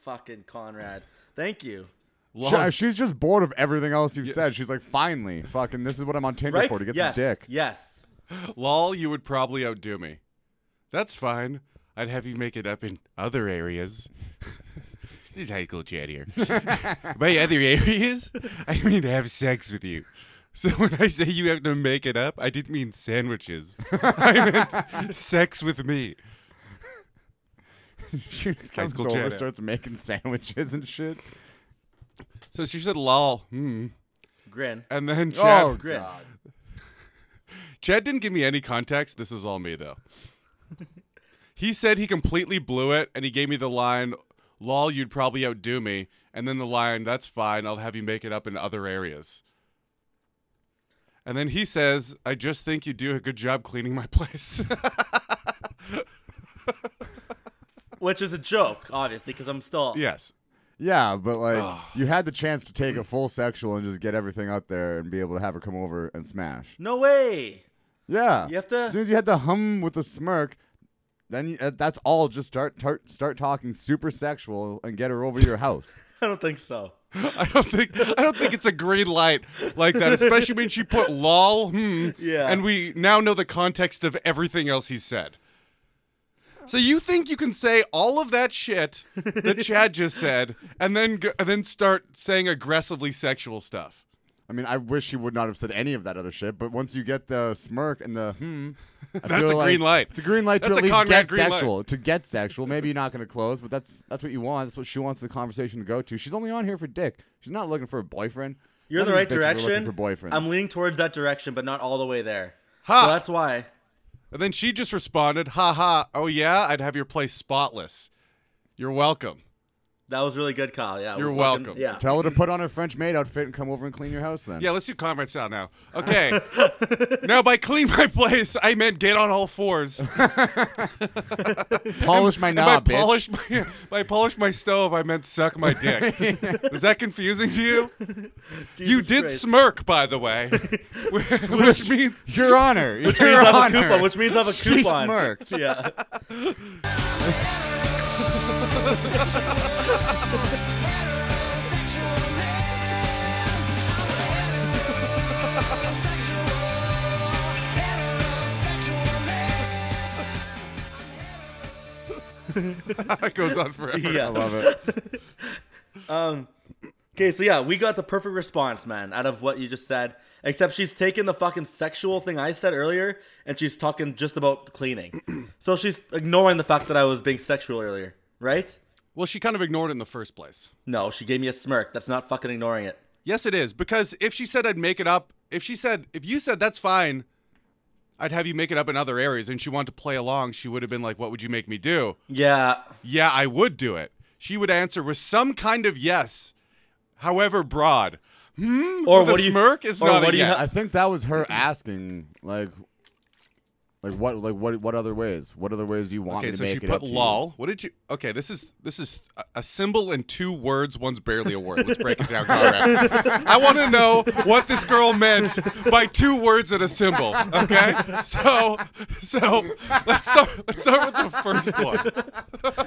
B: fucking Conrad. Thank you.
C: Lol.
D: She- she's just bored of everything else you've
C: Yes.
D: said. She's like, finally, fucking, this is what I'm on Tinder
B: Right?
D: for to get
B: yes.
D: some dick.
B: Yes.
C: Lol, you would probably outdo me. That's fine. I'd have you make it up in other areas. this is how you call Chad here. By other areas, I mean have sex with you. So when I say you have to make it up, I didn't mean sandwiches. I meant sex with me.
D: she just
C: High
D: comes
C: school
D: over,
C: Janet.
D: starts making sandwiches and shit.
C: So she said lol, hmm.
B: Grin.
C: And then Chad,
D: Oh,
B: Grin.
C: Chad didn't give me any context. This was all me though. he said he completely blew it, and he gave me the line, "Lol, you'd probably outdo me," and then the line, "That's fine. I'll have you make it up in other areas." And then he says, "I just think you do a good job cleaning my place."
B: Which is a joke, obviously, because I'm still.
C: yes.
D: Yeah, but like, you had the chance to take a full sexual and just get everything out there and be able to have her come over and smash.
B: No way.
D: Yeah.
B: You have to-
D: As soon as you had the hum with the smirk, then you, uh, that's all. Just start tar- start talking super sexual and get her over your house.
B: I don't think so.
C: I don't think I don't think it's a green light like that, especially when she put lol, hmm,
B: Yeah.
C: and we now know the context of everything else he said. So you think you can say all of that shit that Chad just said, and then go, and then start saying aggressively sexual stuff?
D: I mean, I wish she would not have said any of that other shit. But once you get the smirk and the hmm, I
C: That's
D: feel
C: a green
D: like-
C: light.
D: It's a green light
C: That's a
D: to at least
C: Conrad
D: get
C: green light.
D: sexual. To get sexual, maybe you're not going to close, but that's that's what you want. That's what she wants the conversation to go to. She's only on here for dick. She's not looking for a boyfriend.
B: You're in
D: None
B: the right
D: of these bitches are looking
B: direction.
D: For boyfriends.
B: I'm leaning towards that direction, but not all the way there.
C: Ha!
B: So that's why.
C: And then she just responded, "Ha ha! Oh yeah, I'd have your place spotless. You're welcome."
B: That was really good, Kyle. Yeah.
C: You're
B: we're
C: welcome.
B: Yeah.
D: Tell her to put on her French maid outfit and come over and clean your house then.
C: Yeah, let's do combat style now. Okay. now by clean my place, I meant get on all fours.
D: Polish my knob,
C: by
D: bitch.
C: polish my by polish my stove, I meant suck my dick. Is that confusing to you? you
B: Jesus
C: did
B: Christ.
C: smirk, by the way, wh- which means
D: Your Honor. Which
B: Which
D: Your
B: means I have a
D: Honor.
B: coupon. Which means I have a
D: She
B: coupon.
D: smirked.
B: Yeah.
C: it goes on forever.
D: I
B: Yeah.
D: love it.
B: Okay, so yeah, we got the perfect response, man, out of what you just said. Except she's taking the fucking sexual thing I said earlier, and she's talking just about cleaning. so she's ignoring the fact that I was being sexual earlier, right?
C: Well, she kind of ignored it in the first place.
B: No, she gave me a smirk. That's not fucking ignoring it.
C: Yes, it is because if she said I'd make it up, if she said if you said that's fine, I'd have you make it up in other areas, and she wanted to play along, she would have been like, "What would you make me do?"
B: Yeah,
C: yeah, I would do it. She would answer with some kind of yes, however broad. Hmm?
B: Or
C: With a
B: what do you-
C: smirk is
B: or
C: not
B: what
C: a
B: do you
C: yes.
B: ha-
D: I think that was her asking, like, Like what? Like what? What other ways? What other ways do you want
C: Okay,
D: me to
C: so
D: make
C: she
D: it
C: put
D: up to you?
C: lol. What did you? Okay, this is this is a- a symbol and two words. One's barely a word. Let's break it down. Conrad. I want to know what this girl meant by two words and a symbol. Okay, so so let's start let's start with the first one.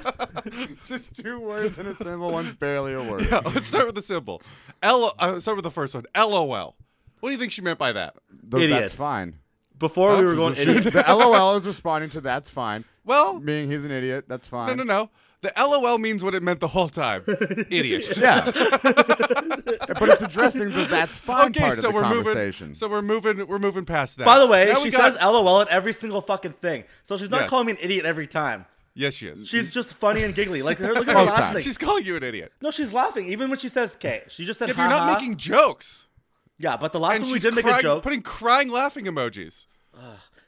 D: Just two words and a symbol. One's barely a word.
C: Yeah, let's start with the symbol. L. Uh, start with the first one. LOL. What do you think she meant by that?
D: Th-
B: Idiots.
D: That's fine.
B: Before we were going idiot.
D: the LOL is responding to that's fine.
C: Well,
D: Being he's an idiot, that's fine.
C: no, no, no. The LOL means what it meant the whole time. Idiot.
D: Yeah. but it's addressing the that's fine
C: okay,
D: part
C: so
D: of the
C: we're
D: conversation.
C: moving. So we're moving. We're moving past that.
B: By the way,
C: Now we
B: she
C: got-
B: says LOL at every single fucking thing. So she's not
C: Yes.
B: calling me an idiot every time.
C: "Yes, she is."
B: She's just funny and giggly. Like her, look at her
D: Most
B: last
D: times.
B: thing.
C: She's calling you an idiot.
B: no, she's laughing even when she says "K." She just said
C: If you're
B: "Ha-ha."
C: not making jokes,
B: Yeah, but the last
C: and
B: one we
C: she's
B: did make
C: crying-
B: a joke.
C: putting crying, laughing emojis.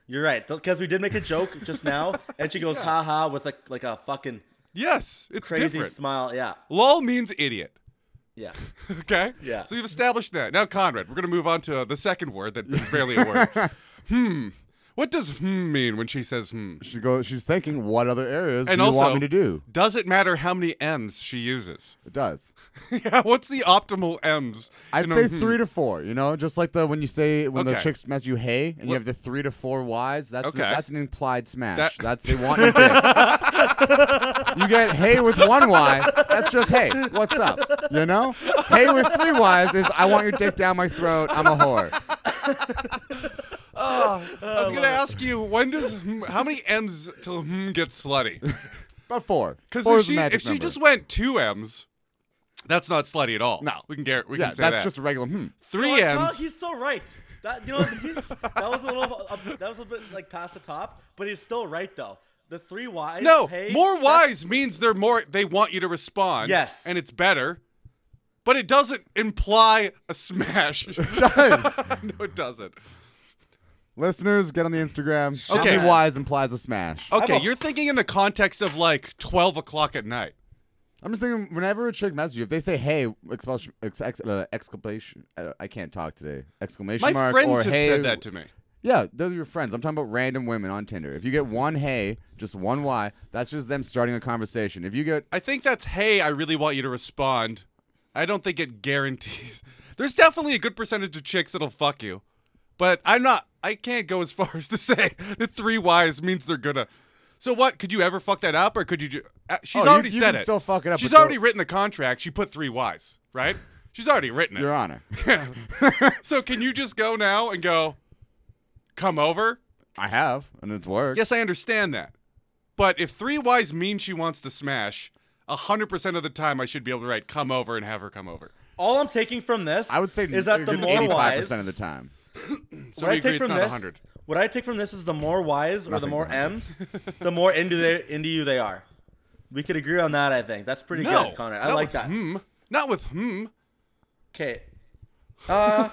B: You're right, because we did make a joke just now, and she goes "ha ha" with like like a fucking
C: Yes, it's
B: crazy
C: different.
B: smile. Yeah,
C: Lol means idiot.
B: yeah.
C: Okay.
B: Yeah.
C: So we've established that. Now, Conrad, we're going to move on to uh, the second word that is barely a word. hmm. What does hmm mean when she says hmm?
D: she goes. She's thinking, what other areas
C: And
D: do you
C: also,
D: want me to do?
C: does it matter how many M's she uses?
D: It does.
C: yeah. What's the optimal M's?
D: I'd
C: in a
D: say
C: hmm?
D: three to four. You know, just like the when you say when the
C: Okay.
D: chicks match you hey, and you
C: What-
D: have the three to four Y's. That's
C: Okay.
D: that's an implied smash.
C: That-
D: That's they want your dick. you get hey with one Y. That's just hey. What's up? You know, hey with three Y's is I want your dick down my throat. I'm a whore.
C: I
B: Oh,
C: was going to ask you when does hmm, how many M's till hmm gets slutty?
D: About four.
C: Because
D: Four
C: if
D: is the
C: she
D: magic
C: if she
D: number.
C: just went two M's, that's not slutty at all. No, we can get we
D: yeah,
C: can say
D: that's
C: that.
D: just a regular hmm.
C: three
B: You know what, Kyle?
C: M's.
B: he's so right. That you know he's, that was a little up, that was a bit like past the top, but he's still right though. The three Y's.
C: No,
B: hey,
C: more
B: that's-
C: wise means they're more. They want you to respond.
B: Yes.
C: and it's better, but it doesn't imply a smash. no,
D: Does
C: it doesn't.
D: listeners get on the Instagram? How
C: Okay.
D: many Y's implies a smash?
C: Okay,
B: I've al-
C: you're thinking in the context of like twelve o'clock at night.
D: I'm just thinking, whenever a chick messages you, if they say "Hey!" expulsion, ex, ex, uh, exclamation, uh, I can't talk today. Exclamation
C: My
D: mark
C: friends
D: or
C: have
D: "Hey!"
C: said that to me.
D: Yeah, those are your friends. I'm talking about random women on Tinder. If you get one "Hey," just one "Why," that's just them starting a conversation. If you get
C: I think that's hey, I really want you to respond. I don't think it guarantees. There's definitely a good percentage of chicks that'll fuck you, but I'm not. I can't go as far as to say the three Y's means they're gonna. So what? Could you ever fuck that up, or could you? Ju- uh, she's
D: Oh, you-
C: already
D: you
C: said it.
D: can still fuck it up,
C: She's
D: but
C: already
D: don't-
C: written the contract. She put three Y's, right? She's already written it.
D: your honor,
C: so can you just go now and go, come over?
D: I have, and it's worked.
C: Yes, I understand that. But if three Y's mean she wants to smash, 100% of the time I should be able to write come over and have her come over.
B: All I'm taking from this,
D: I would say
B: is that the more
D: 85
B: wise.
D: percent of the time.
C: So
B: what
C: we
B: I
C: agree
B: take
C: it's
B: from
C: not
B: this,
C: 100.
B: what I take from this is the more wise or the
D: Nothing's
B: more
D: 100.
B: M's, the more into they into you they are. We could agree on that. I think that's pretty
C: No.
B: good, Connor. I
C: not
B: like
C: with
B: that.
C: Hmm. Not with hmm.
B: Okay. Uh,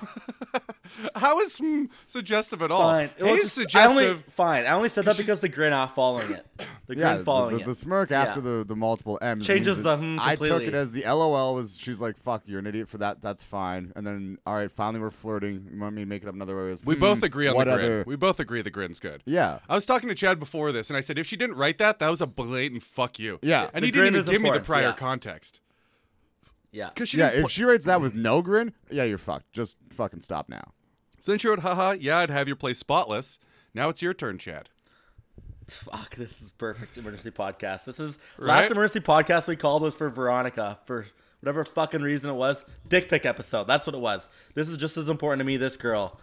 C: How is hmm suggestive at all?
B: fine. It was
C: He's
B: just- I
C: suggestive.
B: only fine. I only said that because the grin not following it. The
D: Yeah,
B: grin
D: the,
B: following
D: the, the
B: it.
D: smirk after the, the multiple M's
B: Changes
D: means
B: the
D: that
B: hmm
D: I took it
B: completely.
D: as the LOL was she's like, "Fuck, you're an idiot for that. That's fine." And then, all right, finally we're flirting. You want me to make it up another way? It was,
C: we
D: hmm,
C: both agree on
D: what
C: the grin.
D: other?
C: We Uh, both agree the grin's good.
D: Yeah.
C: I was talking to Chad before this, and I said if she didn't write that, that was a blatant fuck you.
D: Yeah.
C: and
B: The
C: he
B: grin
C: didn't even
B: is
C: give me the
B: important,
C: prior
B: yeah.
C: context
B: Yeah.
C: because she
D: Yeah,
C: didn't.
D: if she writes that with no grin, yeah, you're fucked. Just fucking stop now.
C: So then she wrote, haha, yeah, I'd have your place spotless. Now it's your turn, Chad.
B: Fuck, this is perfect emergency podcast. This is
C: Right?
B: last emergency podcast we called was for Veronica for whatever fucking reason it was. Dick pic episode. That's what it was. This is just as important to me, this girl.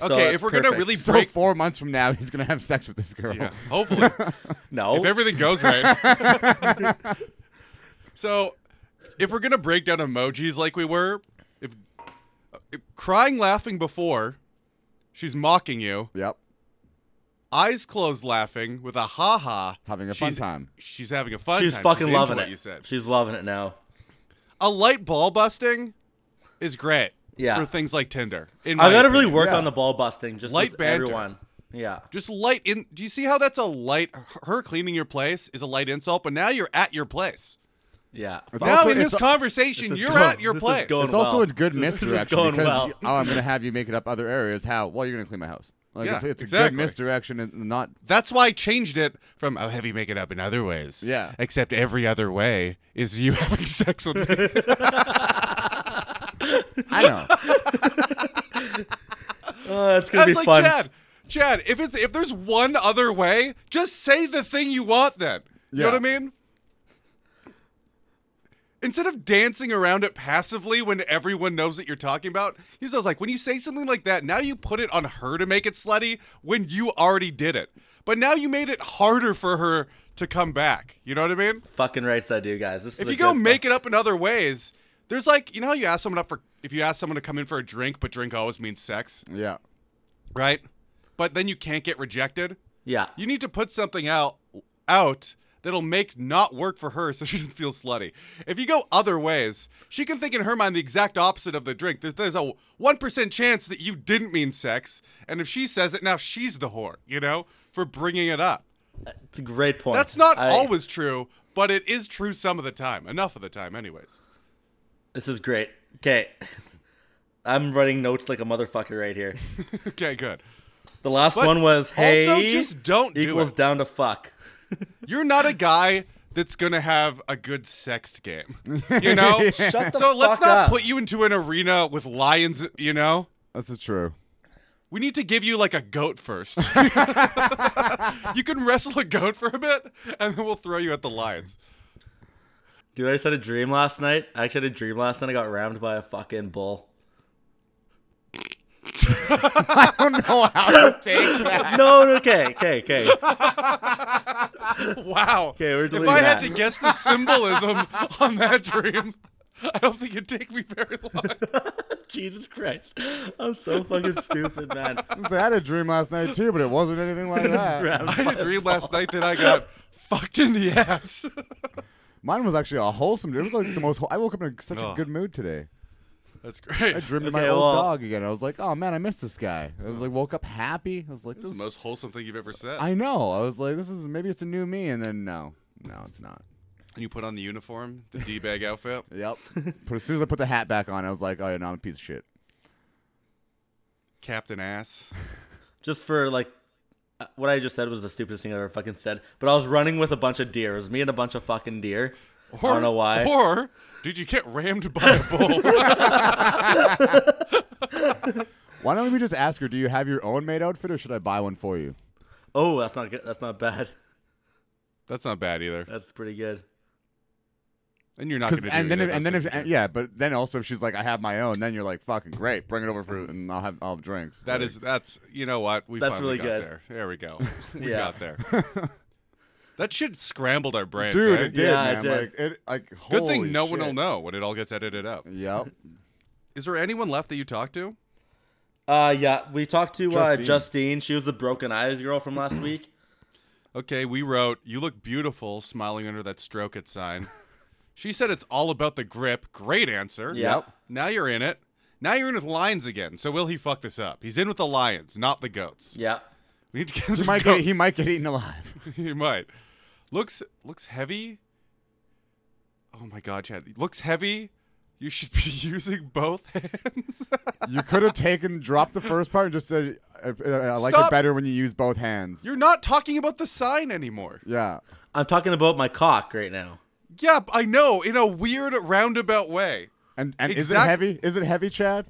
B: So
C: Okay,
B: it's
C: if we're going to
B: perfect.
C: really
D: So
C: break.
D: four months from now, he's gonna have sex with this girl.
C: yeah, hopefully.
B: No.
C: if everything goes right. so if we're going to break down emojis like we were, if, if crying, laughing before, she's mocking you,
D: Yep.
C: eyes closed, laughing with a haha.
D: Having a fun
C: she's-
D: time.
C: She's having a fun
B: She's
C: time.
B: fucking
C: into
B: loving
C: what
B: it.
C: You said.
B: She's loving it now.
C: A light ball busting is great
B: Yeah.
C: for things like Tinder. in
B: I
C: my
B: gotta
C: opinion.
B: really work
D: yeah.
B: on the ball busting just
C: Light
B: with
C: banter.
B: everyone. Yeah.
C: Just light in. Do you see how that's a light? Her cleaning your place is a light insult, but now you're at your place.
B: Yeah. Fuck.
C: Now
D: also-
C: in this
D: it's a-
C: conversation,
B: this is
C: you're
B: going-
C: at your
B: this is
C: place.
B: going-
D: It's also
B: well.
D: a good
B: This is
D: misdirection
B: going
D: because
B: well.
D: you- oh, I'm gonna have you make it up other areas. How? Well, you're gonna clean my house. Like
C: Yeah,
D: it's, it's a
C: exactly.
D: good misdirection and not
C: That's why I changed it from "I'll have you make it up in other ways."
D: Yeah.
C: Except every other way is you having sex with me.
D: I know.
B: Oh, it's
C: I
B: gonna be
C: was like,
B: fun.
C: Chad, Chad, if it's if there's one other way, just say the thing you want then. You know
D: Yeah.
C: what I mean? Instead of dancing around it passively when everyone knows what you're talking about, he was I was like, when you say something like that, now you put it on her to make it slutty when you already did it. But now you made it harder for her to come back. You know what I mean?
B: Fucking rights, I do, guys. This is
C: if
B: a
C: you go
B: good
C: make it up in other ways, there's like, you know how you ask someone up for if you ask someone to come in for a drink, but drink always means sex
D: Yeah.
C: right? But then you can't get rejected.
B: Yeah,
C: You need to put something out out that'll make not work for her so she doesn't feel slutty. If you go other ways, she can think in her mind the exact opposite of the drink. There's, there's a 1% chance that you didn't mean sex, and if she says it, now she's the whore, you know, for bringing it up.
B: it's a great point.
C: That's not
B: I-
C: always true, but it is true some of the time. Enough of the time, anyways.
B: This is great. Okay, I'm writing notes like a motherfucker right here.
C: okay, good.
B: The last
C: But
B: one was
C: also
B: hey,
C: just don't do
B: equals
C: it.
B: down to fuck.
C: You're not a guy that's gonna have a good sex game. You know?
B: Shut the
C: so let's
B: fuck
C: not
B: up.
C: put you into an arena with lions, you know?
D: That's true.
C: We need to give you like a goat first. you can wrestle a goat for a bit, and then we'll throw you at the lions.
B: Dude, I just had a dream last night. I actually had a dream last night. I got rammed by a fucking bull. I don't know how to take that. No, no, okay, okay, okay.
C: Wow.
B: Okay, we're
C: if
B: deleting
C: I had
B: that.
C: to guess the symbolism on that dream, I don't think it'd take me very long.
B: Jesus Christ. I'm so fucking stupid, man.
D: I had a dream last night too, but it wasn't anything like that.
B: Rammed
C: I
B: by
C: had
B: a
C: a dream last night that I got fucked in the ass.
D: Mine was actually a wholesome dream. It was like the most. whole- I woke up in a- such a
C: Ugh.
D: good mood today.
C: That's great.
D: I dreamed of my
B: Okay,
D: old
B: well-
D: dog again. I was like, oh man, I miss this guy. I was like, woke up happy. I was like,
C: the
D: this.
C: most wholesome thing you've ever said.
D: I know. I was like, this is maybe it's a new me, and then no, no, it's not.
C: and you put on the uniform, the D bag outfit.
D: Yep. but as soon as I put the hat back on, I was like, oh yeah, no, I'm a piece of shit.
C: Captain Ass.
B: just for like uh, what I just said was the stupidest thing I ever fucking said. But I was running with a bunch of deer. It was me and a bunch of fucking deer. I don't know why.
C: Or did you get rammed by a bull?
D: Why don't we just ask her? Do you have your own made outfit, or should I buy one for you?
B: Oh, that's not good. That's not bad.
C: That's not bad either.
B: That's pretty good.
C: And you're not
D: 'Cause-
C: going to.
D: and then if, and then if and- yeah, but then also if she's like, I have my own, then you're like, fucking great, bring it over for and I'll have I'll have drinks.
C: that
D: Like,
C: is that's you know what we
B: That's
C: finally
B: really
C: got
B: good.
C: there. There we go. We
B: Yeah.
C: got there. that shit scrambled our brains,
D: dude,
C: eh?
D: it did,
B: Yeah, it
D: man.
B: did.
D: Like it, like
C: Good thing
D: holy
C: no one
D: shit.
C: will know when it all gets edited up.
D: Yep.
C: Is there anyone left that you talked to?
B: Uh, yeah, we talked to Justine. Uh,
D: Justine.
B: Justine. She was the broken eyes girl from last week.
C: Okay, we wrote, "You look beautiful," smiling under that stroke it sign. she said it's all about the grip. Great answer.
B: Yeah. Yep.
C: Now you're in it. Now you're in with lions again. So will he fuck this up? He's in with the lions, not the goats.
B: Yeah,
C: We need to get him
D: He
C: some
D: might get
C: goats.
D: he might get eaten alive.
C: he might. Looks looks heavy. Oh my god, Chad. Looks heavy. You should be using both hands.
D: You could have taken dropped the first part and just said, I, I, I like
C: Stop.
D: it better when you use both hands.
C: You're not talking about the sign anymore.
D: yeah.
B: I'm talking about my cock right now.
C: Yeah, I know, in a weird roundabout way.
D: And and is
C: Exact-
D: it heavy? Is it heavy, Chad?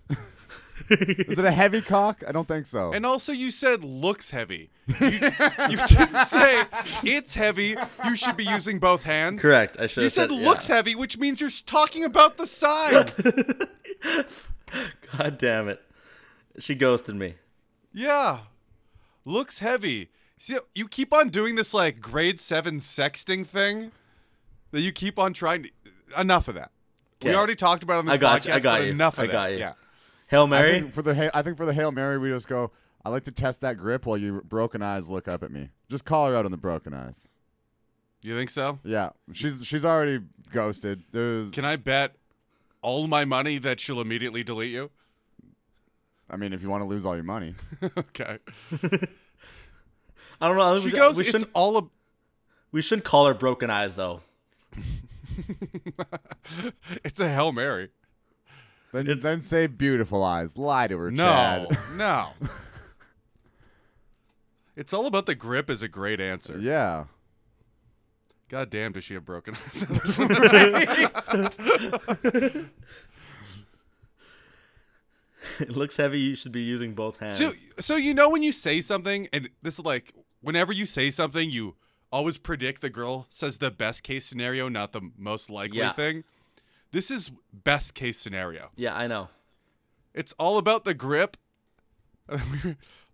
D: is it a heavy cock? I don't think so.
C: And also you said looks heavy. You, you didn't say it's heavy. You should be using both hands.
B: Correct. I should.
C: You said looks heavy, which means you're s- talking about the sign.
B: God damn it. She ghosted me.
C: Yeah. Looks heavy. See, you keep on doing this like grade seven sexting thing that you keep on trying to. Enough of that. We
B: Okay.
C: already talked about it on this
B: I got
C: podcast.
B: you, I got
C: but
B: you,
C: Enough of
B: I
C: that.
B: got you.
C: Yeah.
B: Hail
D: I
B: Mary.
D: think for the Ha- I think for the hail mary, we just go. I like to test that grip while your broken eyes look up at me. Just call her out on the broken eyes.
C: You think so?
D: Yeah, she's she's already ghosted. There's,
C: Can I bet all my money that she'll immediately delete you?
D: I mean, if you want to lose all your money,
C: okay.
B: I don't know. I think
C: She
B: we,
C: goes,
B: we
C: it's
B: shouldn't.
C: all ab-
B: We shouldn't call her broken eyes though.
C: it's a Hail Mary.
D: then then say beautiful eyes. Lie to her,
C: No,
D: Chad.
C: no. It's all about the grip is a great answer.
D: Yeah.
C: God damn, does she have broken eyes ever since tonight?
B: it looks heavy. You should be using both hands.
C: so, so you know when you say something, and this is like whenever you say something, you always predict the girl says the best case scenario, not the most likely
B: Yeah.
C: thing. This is best case scenario.
B: Yeah, I know.
C: It's all about the grip.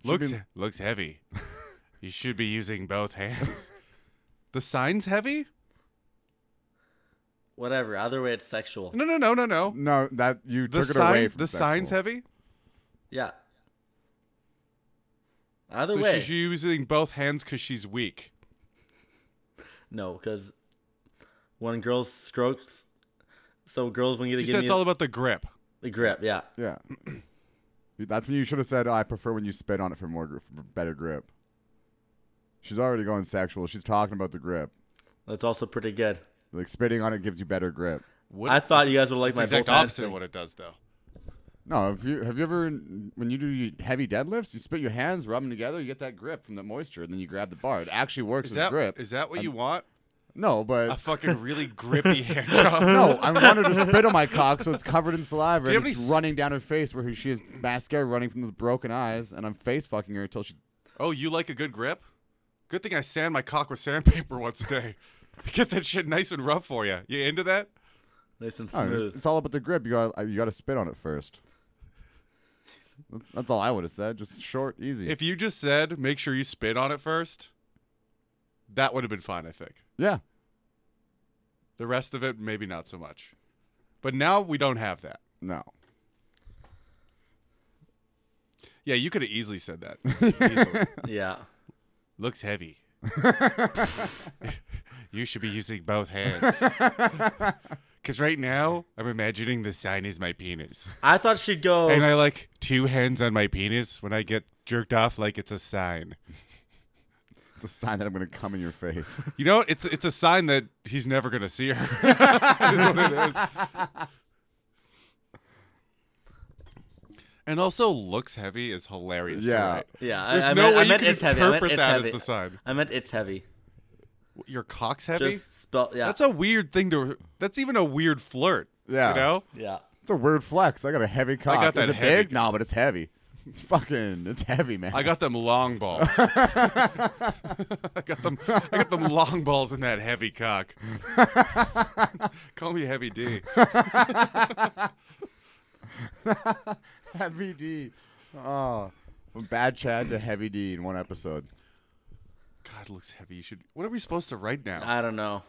C: looks looks heavy. you should be using both hands. the sign's heavy?
B: Whatever. Either way, it's sexual.
C: No, no, no, no, no.
D: No, that you
C: The
D: took it
C: sign,
D: away from
C: the sign's
D: sexual.
C: heavy.
B: Yeah. Either
C: so
B: way.
C: she's using both hands because she's weak.
B: No, because when girls stroke, so girls when you
C: She
B: give
C: said
B: me
C: it's all about the grip.
B: the grip, yeah.
D: Yeah. That's when you should have said, "Oh, "I prefer when you spit on it for more gr- for better grip." She's already going sexual. She's talking about the grip.
B: That's also pretty good.
D: Like spitting on it gives you better grip.
C: What,
B: I thought you guys would like
C: it's
B: my
C: the exact
B: both hands
C: opposite
B: thing.
C: of what it does, though.
D: No, have you have you ever when you do your heavy deadlifts, you spit your hands, rub them together, you get that grip from the moisture, and then you grab the bar. It actually works
C: Is
D: as
C: that
D: grip.
C: is that what you want?
D: no, but
C: A fucking really grippy hair job.
D: no, I wanted to spit on my cock, so it's covered in saliva,
C: Do you
D: and
C: have
D: it's
C: any s-
D: running down her face where she has mascara running from those broken eyes, and I'm face fucking her until she.
C: Oh, you like a good grip? Good thing I sand my cock with sandpaper once a day. Get that shit nice and rough for you. You into that?
B: Nice and
D: No, it's-
B: smooth.
D: it's all about the grip. You got you got to spit on it first. That's all I would have said. Just short, easy.
C: If you just said, make sure you spit on it first, that would have been fine, I think.
D: yeah,
C: The rest of it, maybe not so much. But now we don't have that.
D: no.
C: Yeah, you could have easily said that. Easily.
B: yeah.
C: Looks heavy. you should be using both hands. Because right now, I'm imagining the sign is my penis.
B: I thought she'd go.
C: And I like two hands on my penis when I get jerked off like it's a sign.
D: It's a sign that I'm gonna come in your face.
C: You know, it's it's a sign that he's never gonna see her. Is what it is. And also, looks heavy is hilarious. to
D: Yeah.
C: write.
B: yeah, I,
C: There's
B: I
C: no
B: meant,
C: way
B: I
C: you
B: meant
C: can
B: it's heavy. I meant
C: interpret
B: it's
C: that as
B: heavy.
C: the sign.
B: I meant it's heavy.
C: your cock's heavy.
B: Just spell. Yeah.
C: That's a weird thing to. That's even a weird flirt.
D: Yeah.
C: You know,
B: yeah.
D: It's a weird flex. I got a heavy cock.
C: got that
D: Is it
C: heavy
D: big? No, but it's heavy. It's fucking. It's heavy, man.
C: I got them long balls. I got them. I got them long balls in that heavy cock. Call me Heavy D.
D: heavy D. Oh, from bad Chad to heavy D in one episode.
C: God looks heavy. You should. What are we supposed to write now?
B: I don't know.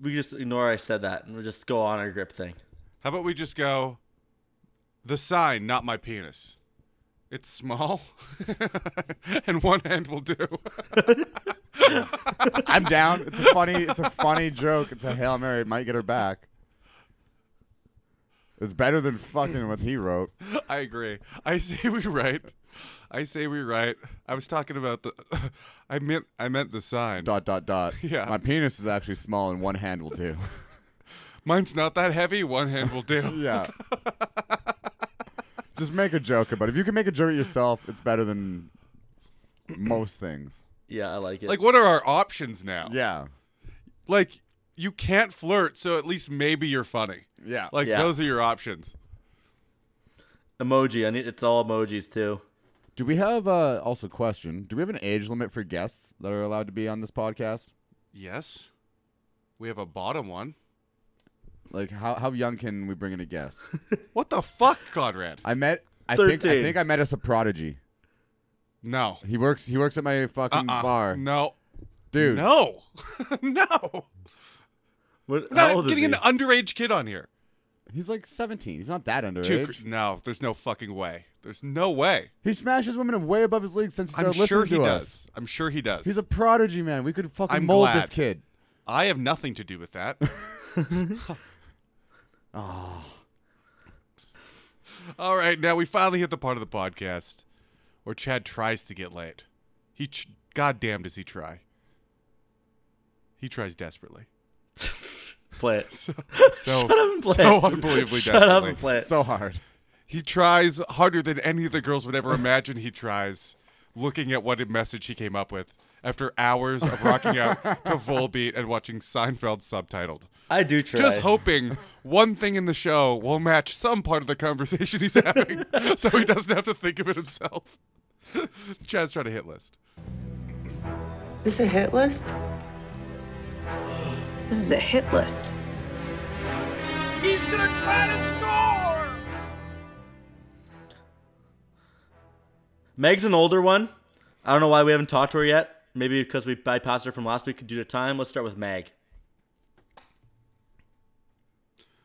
B: We just ignore I said that and we just go on our grip thing.
C: How about we just go? The sign, not my penis. It's small, and one hand will do.
D: I'm down. It's a funny. It's a funny joke. It's a hail mary. It might get her back. It's better than fucking what he wrote.
C: I agree. I say we write. I say we write. I was talking about the. I meant. I meant the sign.
D: Dot dot dot.
C: Yeah.
D: My penis is actually small, and one hand will do.
C: Mine's not that heavy. One hand will do.
D: Yeah. Just make a joke about it. If you can make a joke yourself, it's better than most things.
B: Yeah, I like it.
C: Like, what are our options now?
D: Yeah.
C: Like, you can't flirt, so at least maybe you're funny.
D: Yeah.
C: Like,
B: Yeah.
C: those are your options.
B: emoji. I need. It's all emojis too.
D: Do we have uh, also question? Do we have an age limit for guests that are allowed to be on this podcast?
C: Yes. We have a bottom one.
D: Like how how young can we bring in a guest?
C: What the fuck, Conrad?
D: I met I think I
B: 13.
D: think I met us a prodigy.
C: No.
D: He works he works at my fucking
C: Uh-uh.
D: bar.
C: No.
D: Dude.
C: No. no.
B: What,
C: We're
B: how
C: not
B: old is
C: getting an
B: he?
C: underage kid on here.
D: He's like 17. He's not that
C: Too
D: underage.
C: cr- no, there's no fucking way. There's no way.
D: he smashes women in way above his league since he
C: I'm
D: started listening
C: sure he
D: to
C: does.
D: us.
C: I'm sure he does.
D: He's a prodigy, man. We could fucking
C: I'm
D: mold
C: glad.
D: this kid.
C: I have nothing to do with that. All right, now we finally hit the part of the podcast where Chad tries to get laid. He, ch- goddamn, does he try? He tries desperately.
B: Play it. So,
C: So,
B: Shut up and play
C: so
B: it.
C: unbelievably
B: Shut up
C: desperately.
B: and play it.
D: So hard.
C: He tries harder than any of the girls would ever imagine he tries. looking at what message he came up with after hours of rocking out to Volbeat and watching Seinfeld subtitled.
B: I do try.
C: Just hoping one thing in the show will match some part of the conversation he's having so he doesn't have to think of it himself. Chad's trying to hit list.
F: This a hit list?
E: This is a hit list.
B: Meg's an older one. I don't know why we haven't talked to her yet. Maybe because we bypassed her from last week due to time. Let's start with Meg.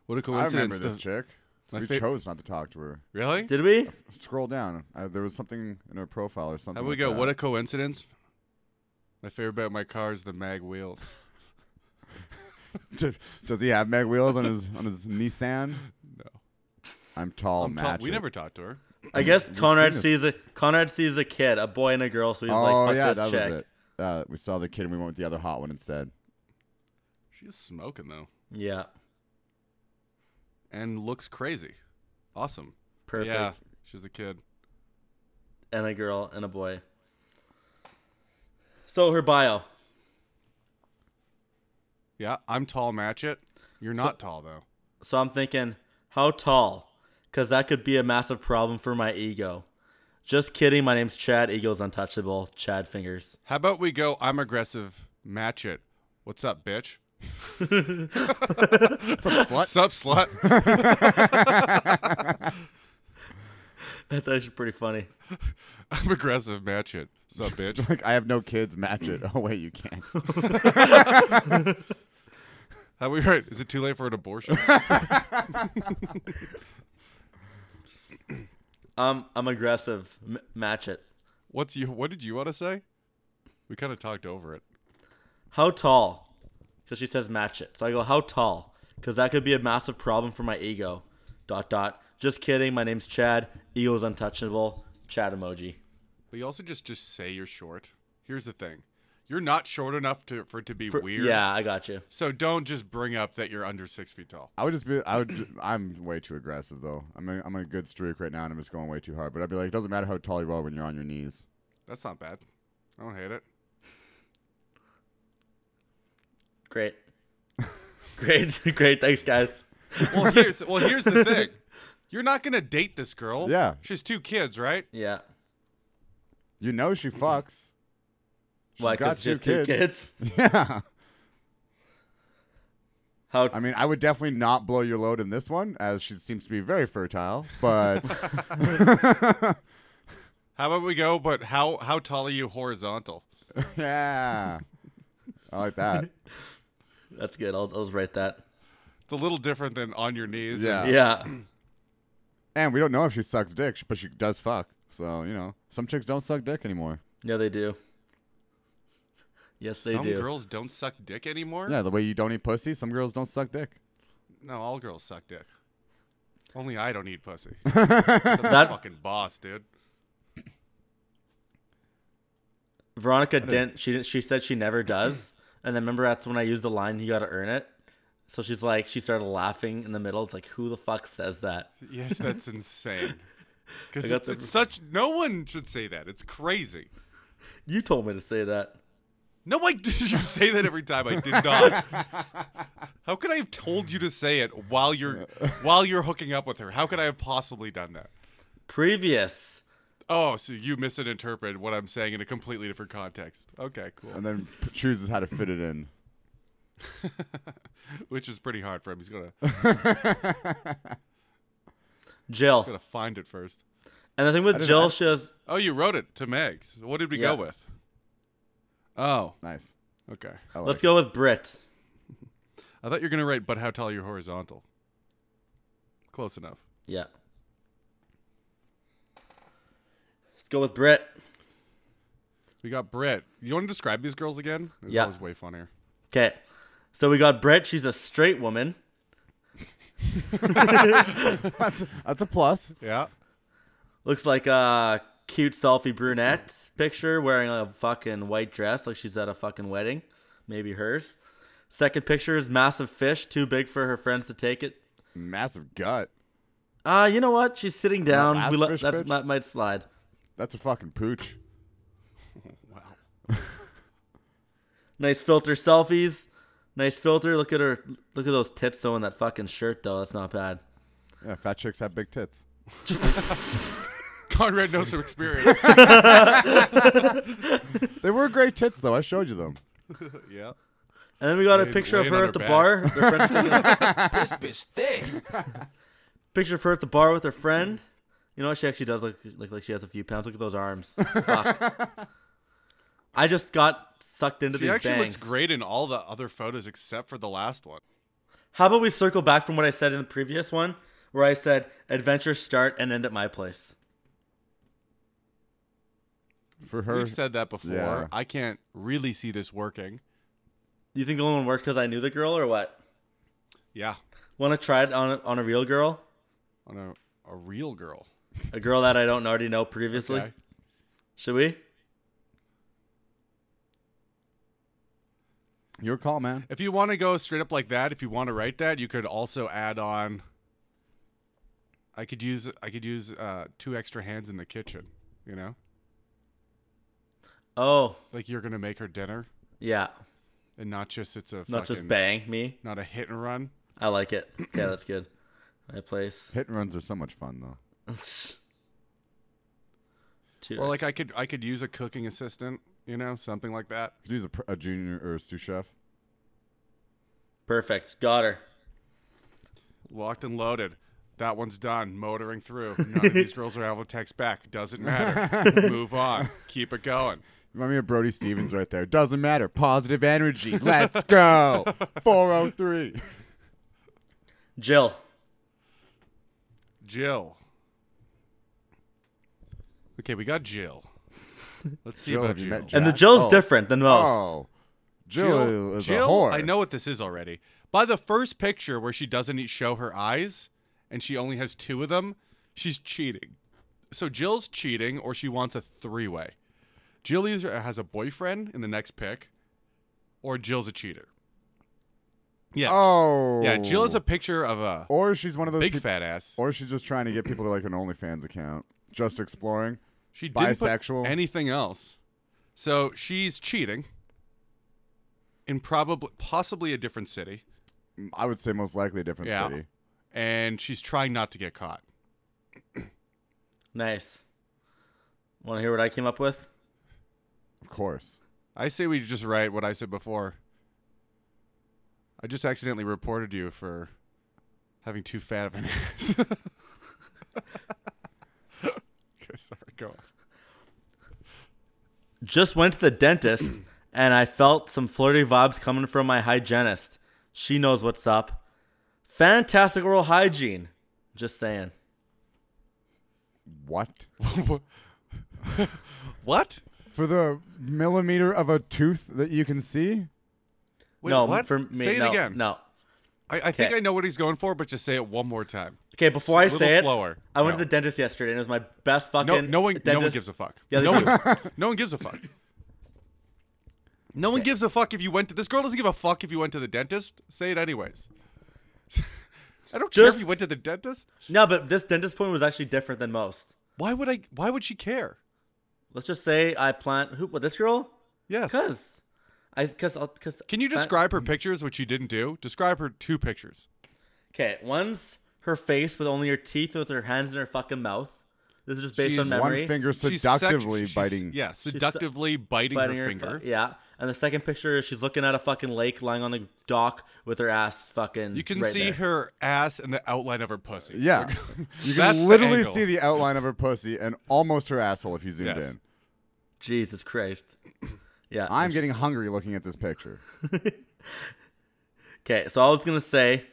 C: What a
D: I
C: coincidence.
D: remember this
C: to-
D: chick.
C: My
D: we
C: fa-
D: chose not to talk to her.
C: Really?
B: Did we?
D: Scroll down. Uh, there was something in her profile or something.
C: How we
D: like
C: go?
D: that.
C: What a coincidence. My favorite bit of my car is the mag wheels.
D: Does- Does he have mag wheels on his on his Nissan?
C: No.
D: I'm tall.
C: I'm
D: match
C: tall- we
D: it.
C: never talked to her.
B: I guess Conrad
D: seen this.
B: sees a Conrad sees a kid, a boy and a girl, so he's
D: oh
B: like, "Fuck
D: yeah,
B: this
D: that
B: chick."
D: was it. Uh, we saw the kid and we went with the other hot one instead.
C: She's smoking though.
B: Yeah,
C: And looks crazy. Awesome.
B: perfect.
C: Yeah. She's a kid.
B: And a girl and a boy. So her bio.
C: Yeah, I'm tall, match it. You're not tall though.
B: So I'm thinking, how tall? Because that could be a massive problem for my ego. Just kidding. My name's Chad. Ego's untouchable. Chad fingers.
C: How about we go I'm aggressive, match it. What's up, bitch? What's up, slut?
B: That's actually pretty funny.
C: I'm aggressive, match it. What's up, bitch?
D: like I have no kids. Match it. Oh wait, you can't.
C: How we right? Is it too late for an abortion?
B: Um, I'm aggressive. M- match it.
C: What's you what did you want to say? We kind of talked over it.
B: How tall? Because she says match it. So I go, how tall? Because that could be a massive problem for my ego. Dot dot. Just kidding. My name's Chad. Ego's untouchable. Chad emoji.
C: But you also just just say you're short. Here's the thing, you're not short enough to for it to be
B: For-
C: weird.
B: Yeah, I got you.
C: So don't just bring up that you're under six feet tall.
D: I would just be. I would. ju- I'm way too aggressive though. I'm in, I'm in a good streak right now, and I'm just going way too hard. But I'd be like, it doesn't matter how tall you are when you're on your knees.
C: That's not bad. I don't hate it.
B: Great. great. Great. Thanks, guys.
C: Well, here's well here's the thing, you're not gonna date this girl.
D: Yeah.
C: she's two kids, right?
B: Yeah.
D: You know she fucks. She's
B: Why?
D: got
B: Because just two kids.
D: Yeah.
B: How
D: I mean, I would definitely not blow your load in this one, as she seems to be very fertile. But
C: How about we go? But how how tall are you horizontal?
D: yeah, I like that.
B: That's good. I'll, I'll just write that.
C: It's a little different than on your knees. and-
D: Yeah.
B: Yeah.
D: And we don't know if she sucks dick, sh- but she does fuck. So you know, some chicks don't suck dick anymore.
B: Yeah, they do. Yes, they
C: Some
B: do.
C: girls don't suck dick anymore.
D: Yeah, the way you don't eat pussy, some girls don't suck dick.
C: No, all girls suck dick. Only I don't eat pussy. I'm
B: That-
C: fucking boss, dude.
B: Veronica didn't. She didn't. She said she never does. And then remember, that's when I used the line, "You got to earn it." So she's like, she started laughing in the middle. It's like, who the fuck says that?
C: Yes, that's insane. Because
B: I got
C: it's,
B: the-
C: it's such no one should say that. It's crazy.
B: You told me to say that.
C: No, I did you say that every time. I did not. How could I have told you to say it while you're while you're hooking up with her? How could I have possibly done that?
B: Previous.
C: Oh, so you misinterpreted what I'm saying in a completely different context. Okay, cool.
D: And then p- chooses how to fit it in.
C: Which is pretty hard for him. He's gonna he's
B: Jill.
C: gonna find it first.
B: And the thing with
D: didn't-
B: Jill,
D: I-
B: she has
C: Oh, you wrote it to Meg. So what did we
B: Yeah.
C: go with? Oh,
D: Nice.
C: okay.
D: I like
B: let's
D: it.
B: go with Brit.
C: I thought you were gonna write, but how tall you're horizontal. Close enough.
B: Yeah. Let's go with Brit.
C: We got Brit. You want to describe these girls again? This
B: Yeah.
C: was way funnier.
B: Okay. So we got Brit. She's a straight woman.
D: That's, that's a plus.
C: Yeah.
B: Looks like a cute selfie brunette picture wearing a fucking white dress, like she's at a fucking wedding. Maybe hers. Second picture is massive fish, too big for her friends to take it.
D: Massive gut.
B: Uh, you know what? She's sitting down.
D: last
B: We let
D: fish
B: that's
D: bitch?
B: that might slide.
D: That's a fucking pooch.
B: Nice filter selfies. Nice filter. Look at her. Look at those tits though in that fucking shirt though. That's not bad.
D: Yeah, fat chicks have big tits.
C: Conrad knows from experience.
D: They were great tits though. I showed you them.
C: yeah.
B: And then we got a
C: Laying-
B: picture of
C: laying
B: her
C: on
B: at the
C: her
B: bar. Their friend's taking a picture of her at the bar with her friend. You know what? She actually does look like, like she has a few pounds. Look at those arms. Fuck. I just got sucked into
C: She
B: these
C: actually
B: bangs.
C: looks great in all the other photos except for the last one.
B: How about we circle back from what I said in the previous one, where I said adventures start and end at my place.
D: For her,
C: We've said that before.
D: Yeah.
C: I can't really see this working.
B: Do you think the only one worked because I knew the girl or what?
C: Yeah.
B: Want to try it on on a real girl,
C: On a, a real girl.
B: a girl that I don't already know previously?
C: Okay.
B: Should we?
D: your call, man.
C: If you want to go straight up like that, if you want to write that, you could also add on. I could use I could use uh, two extra hands in the kitchen. You know,
B: Oh
C: like you're gonna make her dinner,
B: yeah,
C: and not just it's a
B: not just
C: fucking-
B: bang me.
C: not a hit and run.
B: I like it. Okay, that's good. My place.
D: Hit and runs are so much fun though.
B: Two
C: Or
B: X.
C: like I could I could use a cooking assistant. You know, something like that.
D: Could you use a, pr- a junior or a sous chef.
B: perfect. Got her.
C: Locked and loaded. That one's done. Motoring through. None of these girls are able to text back. Doesn't matter. Move on. Keep it going.
D: Remind me of Brody Stevens right there. Doesn't matter. Positive energy. Let's go. 403.
B: Jill.
C: Jill. Okay, we got Jill. Let's see
D: Jill,
C: about
D: have you
C: Jill.
D: met Jill?
B: And the
D: Jack?
B: Jill's
D: Oh.
B: different than most.
D: Oh. Jill, is
C: Jill,
D: a whore.
C: I know what this is already. By the first picture where she doesn't e- show her eyes and she only has two of them, she's cheating. So Jill's cheating or she wants a three way. Jill either has a boyfriend in the next pic or Jill's a cheater. Yeah.
D: Oh.
C: Yeah, Jill is a picture of a
D: Or she's one of those
C: big
D: peop-
C: fat ass.
D: Or she's just trying to get people to like an OnlyFans account. Just exploring.
C: She didn't put
D: bisexual.
C: anything else. So she's cheating in probably possibly a different city,
D: I would say most likely a different
C: Yeah.
D: city.
C: and she's trying not to get caught.
B: Nice. Want to hear what I came up with?
D: Of course.
C: I say we just write what I said before. I just accidentally reported you for having too fat of an ass. okay, sorry, go on.
B: Just went to the dentist and I felt some flirty vibes coming from my hygienist. She knows what's up. Fantastic oral hygiene. Just saying.
D: What?
C: What?
D: For the millimeter of a tooth that you can see?
C: Wait,
B: no,
C: what?
B: for me,
C: say it
B: no,
C: again.
B: No.
C: I, I think
B: Okay.
C: I know what he's going for, but just say it one more time.
B: Okay, before I
C: a little
B: say it,
C: slower.
B: I went
C: No.
B: to the dentist yesterday and it was my best fucking.
C: No, no one, no one
B: dentist-
C: gives a fuck.
B: Yeah, they
C: no,
B: do.
C: one, no one gives a fuck. No one gives a fuck if you went to this girl doesn't give a fuck if you went to the dentist. Say it anyways. I don't care if
B: Just-
C: you went to the dentist.
B: No, but this dentist point was actually different than most.
C: Why would I? Why would she care?
B: Let's just say I plant who? What this girl?
C: Yes.
B: Cause, Mm. I cause I'll- cause.
C: Can you
B: plant-
C: describe her pictures, which you didn't do? Describe her two pictures.
B: Okay, one's her face with only her teeth, with her hands in her fucking mouth. This is just based on
C: She's-
B: memory.
D: One finger
C: She's sec-
D: seductively
C: she's-
D: biting.
C: Yeah,
B: su-
C: seductively biting,
B: biting
C: her,
B: her
C: finger.
B: fu- yeah, and the second picture is she's looking at a fucking lake, lying on the dock with her ass fucking.
C: You can
B: right
C: see
B: there.
C: her ass and the outline of her pussy.
D: Yeah. you
C: That's the
D: can literally
C: angle.
D: see the outline of her pussy and almost her asshole if you zoomed
C: Yes.
D: in.
B: Jesus Christ. Yeah,
D: I'm getting hungry looking at this picture.
B: Okay, so I was gonna say,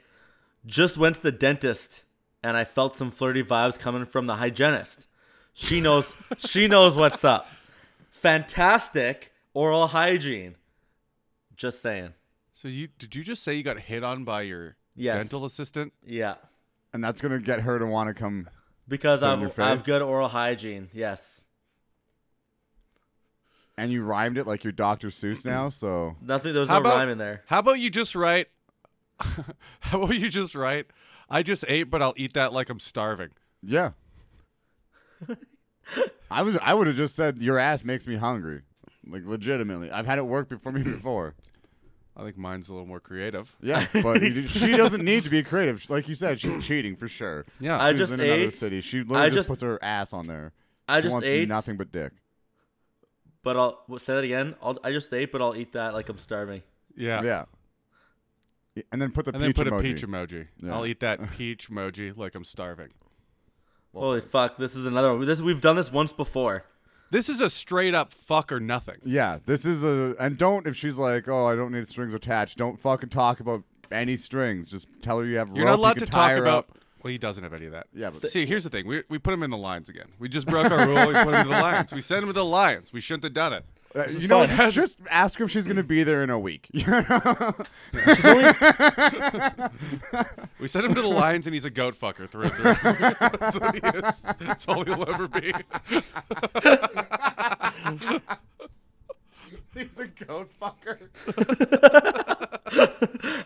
B: just went to the dentist and I felt some flirty vibes coming from the hygienist. She knows she knows what's up. Fantastic oral hygiene. Just saying.
C: So you did you just say you got hit on by your
B: Yes.
C: dental assistant?
B: Yeah.
D: And that's going to get her to want to come.
B: Because
D: So in your
B: I've,
D: face?
B: I've good oral hygiene. Yes.
D: And you rhymed it like you're Dr. Seuss now, so.
B: Nothing there's
C: How
B: no
C: about-
B: rhyme in there.
C: How about you just write? how about you just write? I just ate, but I'll eat that like I'm starving.
D: Yeah. I was I would have just said your ass makes me hungry. Like legitimately, I've had it work before me before.
C: I think mine's a little more creative.
D: Yeah, but you do- she doesn't need to be creative. Like you said, she's cheating for sure.
C: Yeah.
D: she's
C: I
B: just
D: in another
B: ate-
D: city. She literally just,
B: just-
D: puts her ass on there.
B: I
D: She
B: just
D: wants
B: ate,
D: nothing but dick.
B: but I'll well, say that again. I'll, I just ate, but I'll eat that like I'm starving.
C: Yeah.
D: Yeah. Yeah, And then put the
C: And then
D: peach
C: put
D: emoji.
C: a peach emoji.
D: Yeah.
C: I'll eat that peach emoji like I'm starving.
B: Holy fuck! This is another one. This we've done this once before.
C: This is a straight up fuck or nothing.
D: Yeah, this is a and don't if she's like, oh, I don't need strings attached. Don't fucking talk about any strings. Just tell her you have.
C: You're
D: rope,
C: not
D: you
C: allowed
D: can
C: to
D: tie
C: talk
D: her
C: about.
D: up.
C: Well, he doesn't have any of that.
D: Yeah, but-
C: see, here's the thing: we we put him in the lines again. We just broke our rule. We put him in the lines. We sent him to the lines. We shouldn't have done it.
D: Uh,
B: is
D: you know,
B: fun.
D: what? just ask her if she's gonna be there in a week.
C: We sent him to the lines, and he's a goat fucker through and through. That's what he is. That's all he'll ever be.
D: He's a goat fucker.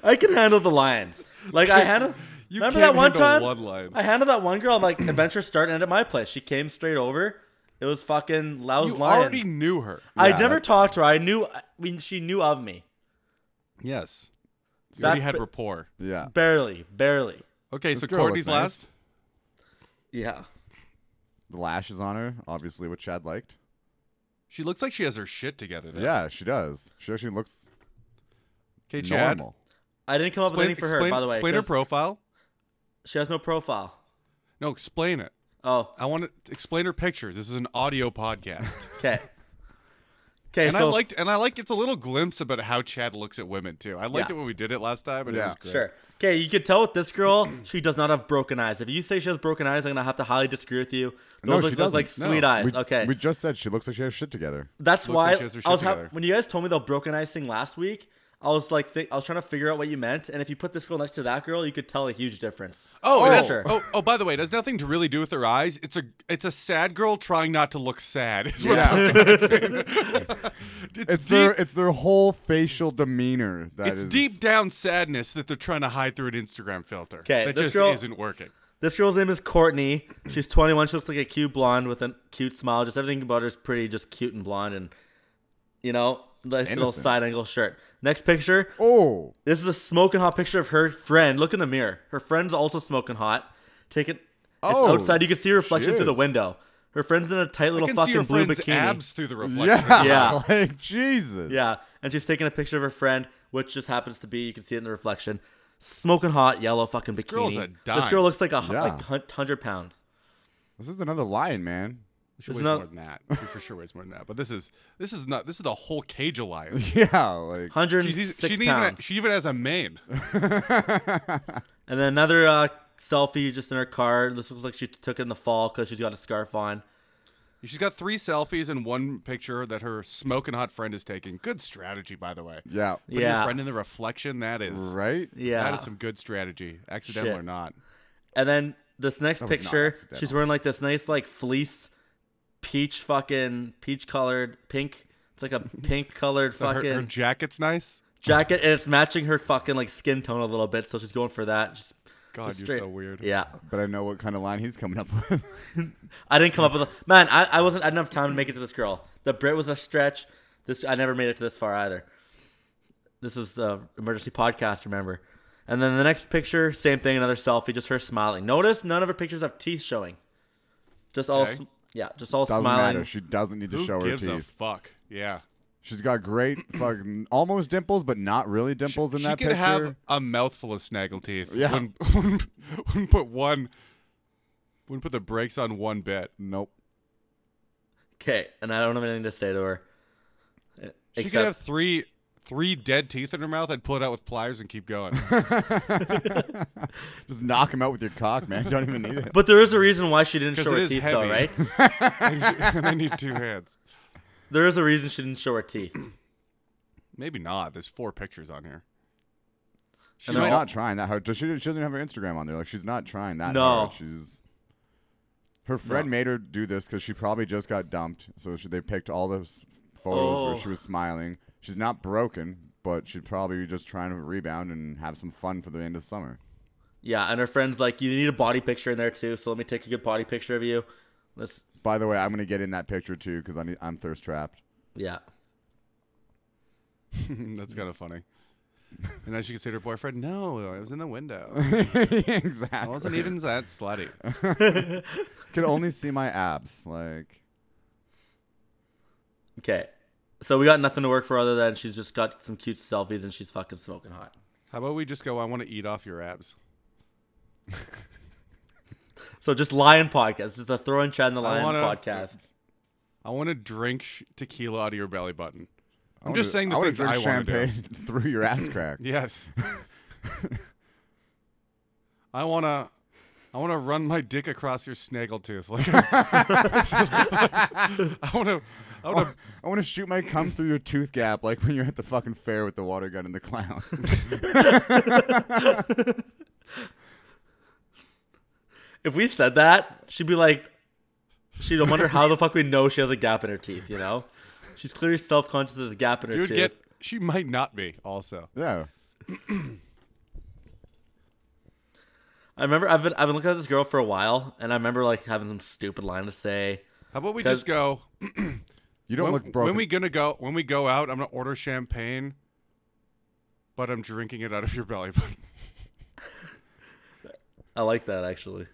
B: I can handle the lions. Like I handle.
C: You
B: remember
C: can't
B: that one
C: handle
B: time?
C: one lion.
B: I handled that one girl. I'm like, adventure start and end at my place. She came straight over. It was fucking Lao's
C: You
B: lion.
C: already knew her.
B: I
D: Yeah,
B: never
D: that-
B: talked to her. I knew. I mean, she knew of me.
C: Yes. You
B: That
C: already had
B: ba-
C: rapport.
D: Yeah.
B: barely, barely.
C: Okay, so
D: girl looks
C: Courtney's
D: nice.
C: last.
B: Yeah.
D: The lashes on her, obviously, what Chad liked.
C: She looks like she has her shit together. Though.
D: Yeah, she does. She actually looks
C: Okay, Chad.
D: normal.
B: I didn't come up
C: Explain,
B: with anything for her,
C: explain-
B: by the way.
C: explain her
B: 'cause
C: profile.
B: She has no profile.
C: No, explain it.
B: Oh,
C: I want to explain her pictures. This is an audio podcast,
B: okay. Okay,
C: and
B: so
C: I liked and I like it's a little glimpse about how Chad looks at women too. I liked
B: Yeah.
C: it when we did it last time, and it
D: Yeah.
C: was great.
B: Sure. Okay, you could tell with this girl, she does not have broken eyes. If you say she has broken eyes, I'm gonna have to highly disagree with you. Those
D: no,
B: look,
D: she
B: look like
D: doesn't. No.
B: sweet eyes.
D: We-
B: okay,
D: We just said she looks like she has shit together.
B: that's
C: Looks
B: why
C: like she has her
B: I
C: shit
B: was ha-
C: together.
B: when you guys told me the broken eyes thing last week. I was like, thi- I was trying to figure out what you meant, and if you put this girl next to that girl, you could tell a huge difference.
C: Oh,
B: For
C: it has-
B: sure.
C: oh, oh! By the way, it has nothing to really do with her eyes. It's a, it's a sad girl trying not to look sad. Is what
D: Yeah.
C: it's,
D: It's their
C: deep,
D: it's their whole facial demeanor that
C: it's
D: is-
C: deep down sadness that they're trying to hide through an Instagram filter.
B: 'Kay,
C: that
B: this
C: just
B: girl-
C: isn't working.
B: This girl's name is Courtney. She's 21. She looks like a cute blonde with a cute smile. Just everything about her is pretty, just cute and blonde, and you know, nice little
D: Innocent.
B: side angle shirt. Next picture,
D: Oh,
B: This is a smoking hot picture of her friend. Look in the mirror. Her friend's also smoking hot. Take it.
D: Oh,
B: it's outside. You can see her reflection
D: she
B: through the
D: is.
B: window. Her friend's in a tight
C: I
B: little
C: can see
B: fucking
C: your
B: blue
C: friend's
B: bikini.
C: abs through the reflection.
D: yeah,
B: Yeah.
D: like Jesus.
B: Yeah, and she's taking a picture of her friend, which just happens to be you can see it in the reflection. Smoking hot, yellow fucking bikini.
C: girl's a dime.
B: This girl looks like a
D: Yeah.
B: like hundred pounds.
D: This is another lion, man.
C: She
B: It's
C: weighs
B: not-
C: more than that. She for sure weighs more than that. But this is this is not this is the whole cage of lions.
D: Yeah, like
B: Hundred
C: She's-
B: six
C: she's even-
B: pounds.
C: she even has a mane.
B: And then another uh, selfie just in her car. This looks like she took it in the fall because she's got a scarf on.
C: She's got three selfies and one picture that her smoking hot friend is taking. Good strategy, by the way.
D: yeah,
C: Putting
B: Yeah.
C: your friend in the reflection, that is
D: right.
B: Yeah,
C: that is some good strategy. Accidental
B: Shit.
C: or not.
B: And then this next
D: That was not
B: picture,
D: accidental.
B: she's wearing like this nice like fleece, peach fucking peach colored pink. It's like a pink colored
C: So her-
B: fucking
C: her, jacket's nice.
B: jacket, and it's matching her fucking like skin tone a little bit. So she's going for that. Just,
C: God,
B: just
C: you're
B: straight-
C: so weird.
B: Yeah,
D: But I know what kind of line he's coming up with.
B: I didn't come up with a man. I, I wasn't. I didn't have time to make it to this girl. The Brit was a stretch. This I never made it to this far either. This is the emergency podcast. Remember. And then the next picture, same thing, another selfie, just her smiling. Notice none of her pictures have teeth showing. Just all,
C: Okay.
B: sm- yeah, just all
D: doesn't
B: smiling.
D: matter. She doesn't need to
C: Who
D: show her
C: gives
D: teeth.
C: a fuck? Yeah.
D: She's got great fucking almost dimples, but not really dimples in
C: she
D: that
C: could
D: picture.
C: have a mouthful of snaggle teeth.
D: Yeah.
C: Wouldn't, wouldn't, wouldn't put one. Wouldn't put the brakes on one bit.
D: Nope.
B: Okay, and I don't have anything to say to her. Uh,
C: She
B: Except,
C: could have three three dead teeth in her mouth. I'd pull it out with pliers and keep going.
D: Just knock him out with your cock, man. Don't even need it.
B: but there is a reason why she didn't
C: 'Cause
B: show
C: it
B: her
C: is
B: teeth,
C: heavy.
B: though, right?
C: and I need two hands.
B: there is a reason she didn't show her teeth.
C: Maybe not. There's four pictures on here.
D: She's
B: And they're
D: not
B: all-
D: trying that hard. Does She, she doesn't have her Instagram on there. Like she's not trying that
B: No.
D: hard. She's her friend made her do this because she probably just got dumped. So she, they picked all those photos
B: Oh.
D: where she was smiling. She's not broken, but she'd probably be just trying to rebound and have some fun for the end of summer.
B: Yeah, and her friend's like, "You need a body picture in there too, so let me take a good body picture of you." Let's,
D: By the way, I'm gonna get in that picture too because I'm I'm thirst trapped.
B: yeah.
C: That's kind of funny. And then she could say to her boyfriend, "No, I was in the window.
D: exactly.
C: I wasn't even that slutty."
D: Could only see my abs. Like,
B: Okay. So we got nothing to work for other than she's just got some cute selfies and she's fucking smoking hot.
C: How about we just go? I want to eat off your abs.
B: So just Lion Podcast. Just a throw in Chad and the
C: I
B: Lions
C: wanna-
B: podcast.
C: I want to drink sh- tequila out of your belly button. I'm
D: wanna-
C: just saying the
D: I wanna
C: things
D: drink
C: I want to do.
D: champagne through your ass crack.
C: Yes. I wanna, I wanna run my dick across your snaggle tooth. Like, I wanna, I wanna
D: I want to shoot my cum through your tooth gap, like when you're at the fucking fair with the water gun and the clown.
B: If we said that, she'd be like, she'd wonder how the fuck we know she has a gap in her teeth, you know? She's clearly self conscious of the gap in her
C: Dude,
B: tooth.
C: get. She might not be. Also,
D: yeah.
B: I remember I've been I've been looking at this girl for a while and I remember like having some stupid line to say.
C: how about we
B: 'Cause-
C: just go?
D: You don't
C: when,
D: look broken.
C: When we gonna go? When we go out, I'm gonna order champagne, but I'm drinking it out of your belly button.
B: I like that actually.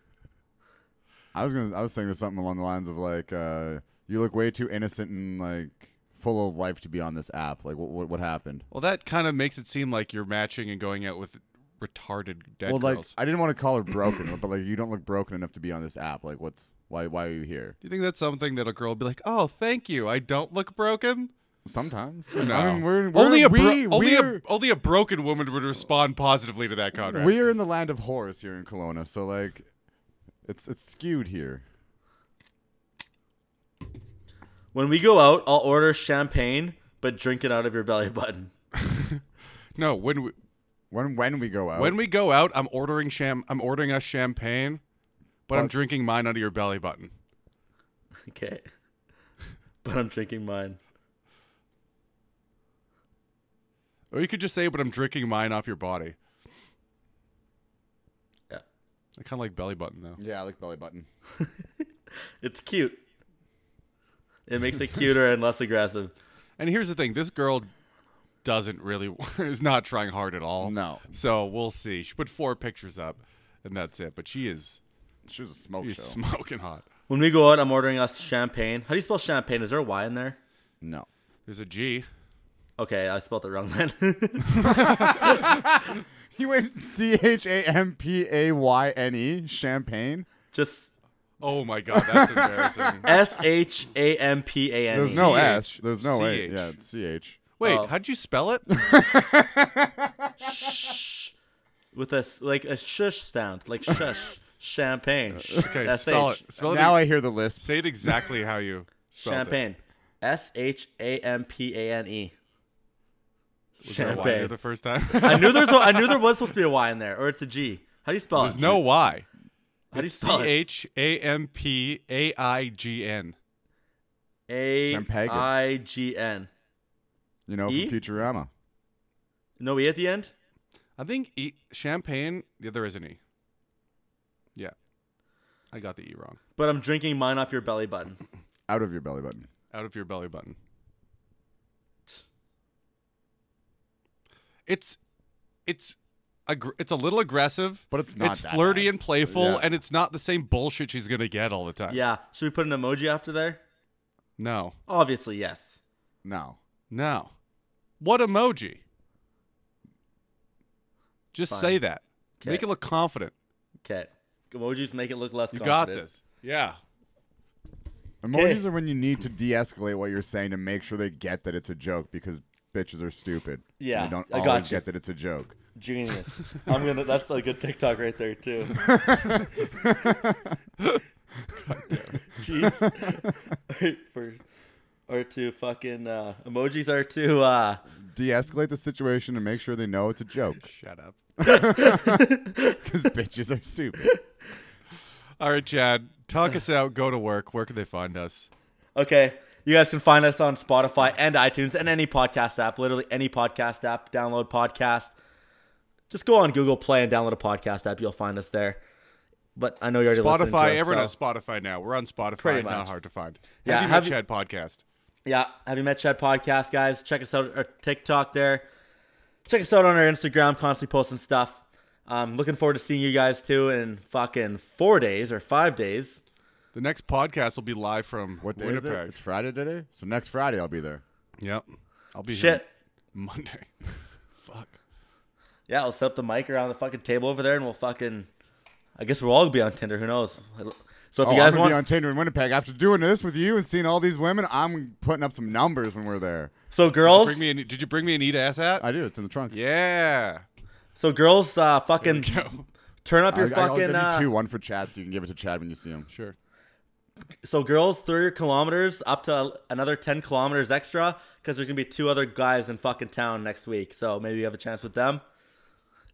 D: I was gonna. I was thinking of something along the lines of like, uh, you look way too innocent and like full of life to be on this app. Like, what what, what happened?
C: Well, that kind of makes it seem like you're matching and going out with retarded dead
D: well,
C: girls.
D: like, I didn't want to call her broken, but like, you don't look broken enough to be on this app. Like, what's why? Why are you here?
C: Do you think that's something that a girl will be like, "Oh, thank you. I don't look broken."
D: Sometimes.
C: No.
D: I mean, we're, we're
C: only a bro-
D: we,
C: only
D: we're,
C: a only a broken woman would respond positively to that contract.
D: we're in the land of horrors here in Kelowna, so like, it's it's skewed here.
B: When we go out, I'll order champagne, but drink it out of your belly button.
C: no, when we
D: When when we go out,
C: when we go out, I'm ordering sham I'm ordering us champagne, but I'm drinking mine out of your belly button.
B: Okay. But I'm drinking mine.
C: Or you could just say, "But I'm drinking mine off your body."
B: Yeah.
C: I kind of like belly button though.
D: yeah, I like belly button.
B: It's cute. It makes it cuter and less aggressive.
C: And here's the thing: this girl doesn't really is not trying hard at all.
D: No.
C: So we'll see. She put four pictures up, and that's it. But she is
D: She was a smoke
C: she's
D: show.
C: smoking hot.
B: When we go out, I'm ordering us champagne. How do you spell champagne? Is there a Y in there?
D: no,
C: There's a G.
B: Okay, I spelled it wrong then.
D: he went C H A M P A Y N E champagne.
B: Just
C: Oh my god, that's embarrassing.
B: S H A M P A N
D: There's
B: E.
D: no
C: CH.
D: S. There's no A.
C: CH.
D: Yeah, it's C H.
C: Wait,
B: Oh.
C: how'd you spell it?
B: Shh. With a s- like a shush sound, like shush. champagne.
C: Okay, spell it. Spell it.
D: Now I hear the lisp.
C: Say it exactly how you spelled
B: Champagne. S H A M P A N E.
C: it. Was there a Y there the first time?
B: I knew there's I knew there was supposed to be a Y in there, or it's a G. How do you spell
C: There's
B: it?
C: no Y.
B: How do you
C: It's
B: spell
C: C
B: it?
C: H A M P A I G N.
B: A
D: Champagne.
B: I G N.
D: You know,
B: E?
D: from Futurama.
B: No E at the end?
C: I think e- champagne. Yeah, there is an E. Yeah, I got the E wrong.
B: But I'm drinking mine off your belly button.
D: Out of your belly button.
C: Out of your belly button. It's, it's, aggr- it's a little aggressive,
D: But it's not
C: It's
D: that
C: flirty
D: bad.
C: and playful,
D: Yeah.
C: and it's not the same bullshit she's gonna get all the time.
B: Yeah. Should we put an emoji after there?
C: No.
B: Obviously, yes.
D: No.
C: No. What emoji? Just say
B: Fine.
C: that. Make
B: Okay.
C: it look confident.
B: Okay. Emojis make it look less
C: You got
B: confident.
C: this. Yeah.
D: Emojis are when you need to de escalate what you're saying to make sure they get that it's a joke because bitches are stupid. and
B: Yeah,
D: They don't
B: I
D: always
B: got you.
D: get that it's a joke.
B: Genius. I'm gonna that's a good TikTok right there too. Jeez. Alright, for or to fucking uh, emojis are to uh,
D: De escalate the situation and make sure they know it's a joke
C: Shut up.
D: because bitches are stupid.
C: All right, Chad. Talk us out. Go to work. Where can they find us?
B: Okay. You guys can find us on Spotify and iTunes and any podcast app, literally any podcast app. Download podcast. Just go on Google Play and download a podcast app. You'll find us there. But I know you already listened to
C: Spotify.
B: us,
C: Everyone
B: so-
C: has Spotify now. We're on Spotify.
B: Pretty
C: Not
B: much.
C: hard to find.
B: Yeah,
C: Have you
B: have
C: met
B: you-
C: Chad podcast?
B: Yeah, have you met Chad podcast, guys? Check us out our TikTok there. Check us out on our Instagram, constantly posting stuff. Um, looking forward to seeing you guys too in fucking four days or five days.
C: The next podcast will be live from
D: What day is it?
C: Winnipeg.
D: It's Friday today, so next Friday I'll be there.
C: Yep. I'll be here
B: Shit.
C: Monday. Fuck.
B: Yeah, I'll set up the mic around the fucking table over there, and we'll fucking. I guess we'll all be on Tinder. Who knows? So if
D: oh,
B: you guys
D: I'm gonna
B: want,
D: be on Tinder in Winnipeg after doing this with you and seeing all these women. I'm putting up some numbers when we're there.
B: so girls,
C: Bring me an, e, did you bring me an eat ass hat?
D: I do. It's in the trunk.
C: yeah.
B: so girls, uh, fucking
C: Go.
B: turn up
D: I,
B: your
D: will
B: fucking.
D: give you
B: Uh,
D: two, one for Chad, so you can give it to Chad when you see him.
C: Sure.
B: so girls, three kilometers up to another ten kilometers extra, because there's gonna be two other guys in fucking town next week. So maybe you have a chance with them,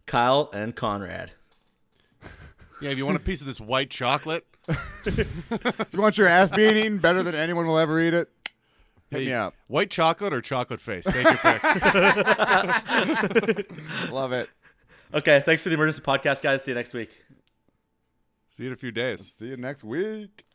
B: Kyle and Conrad.
C: Yeah, if you want a piece of this white chocolate,
D: If you want your ass being eaten better than anyone will ever eat it, hit
C: hey,
D: me up.
C: White chocolate or chocolate face? Take your pick.
D: Love it.
B: Okay, thanks for the emergency podcast, guys. See you next week.
C: See you in a few days.
D: See you next week.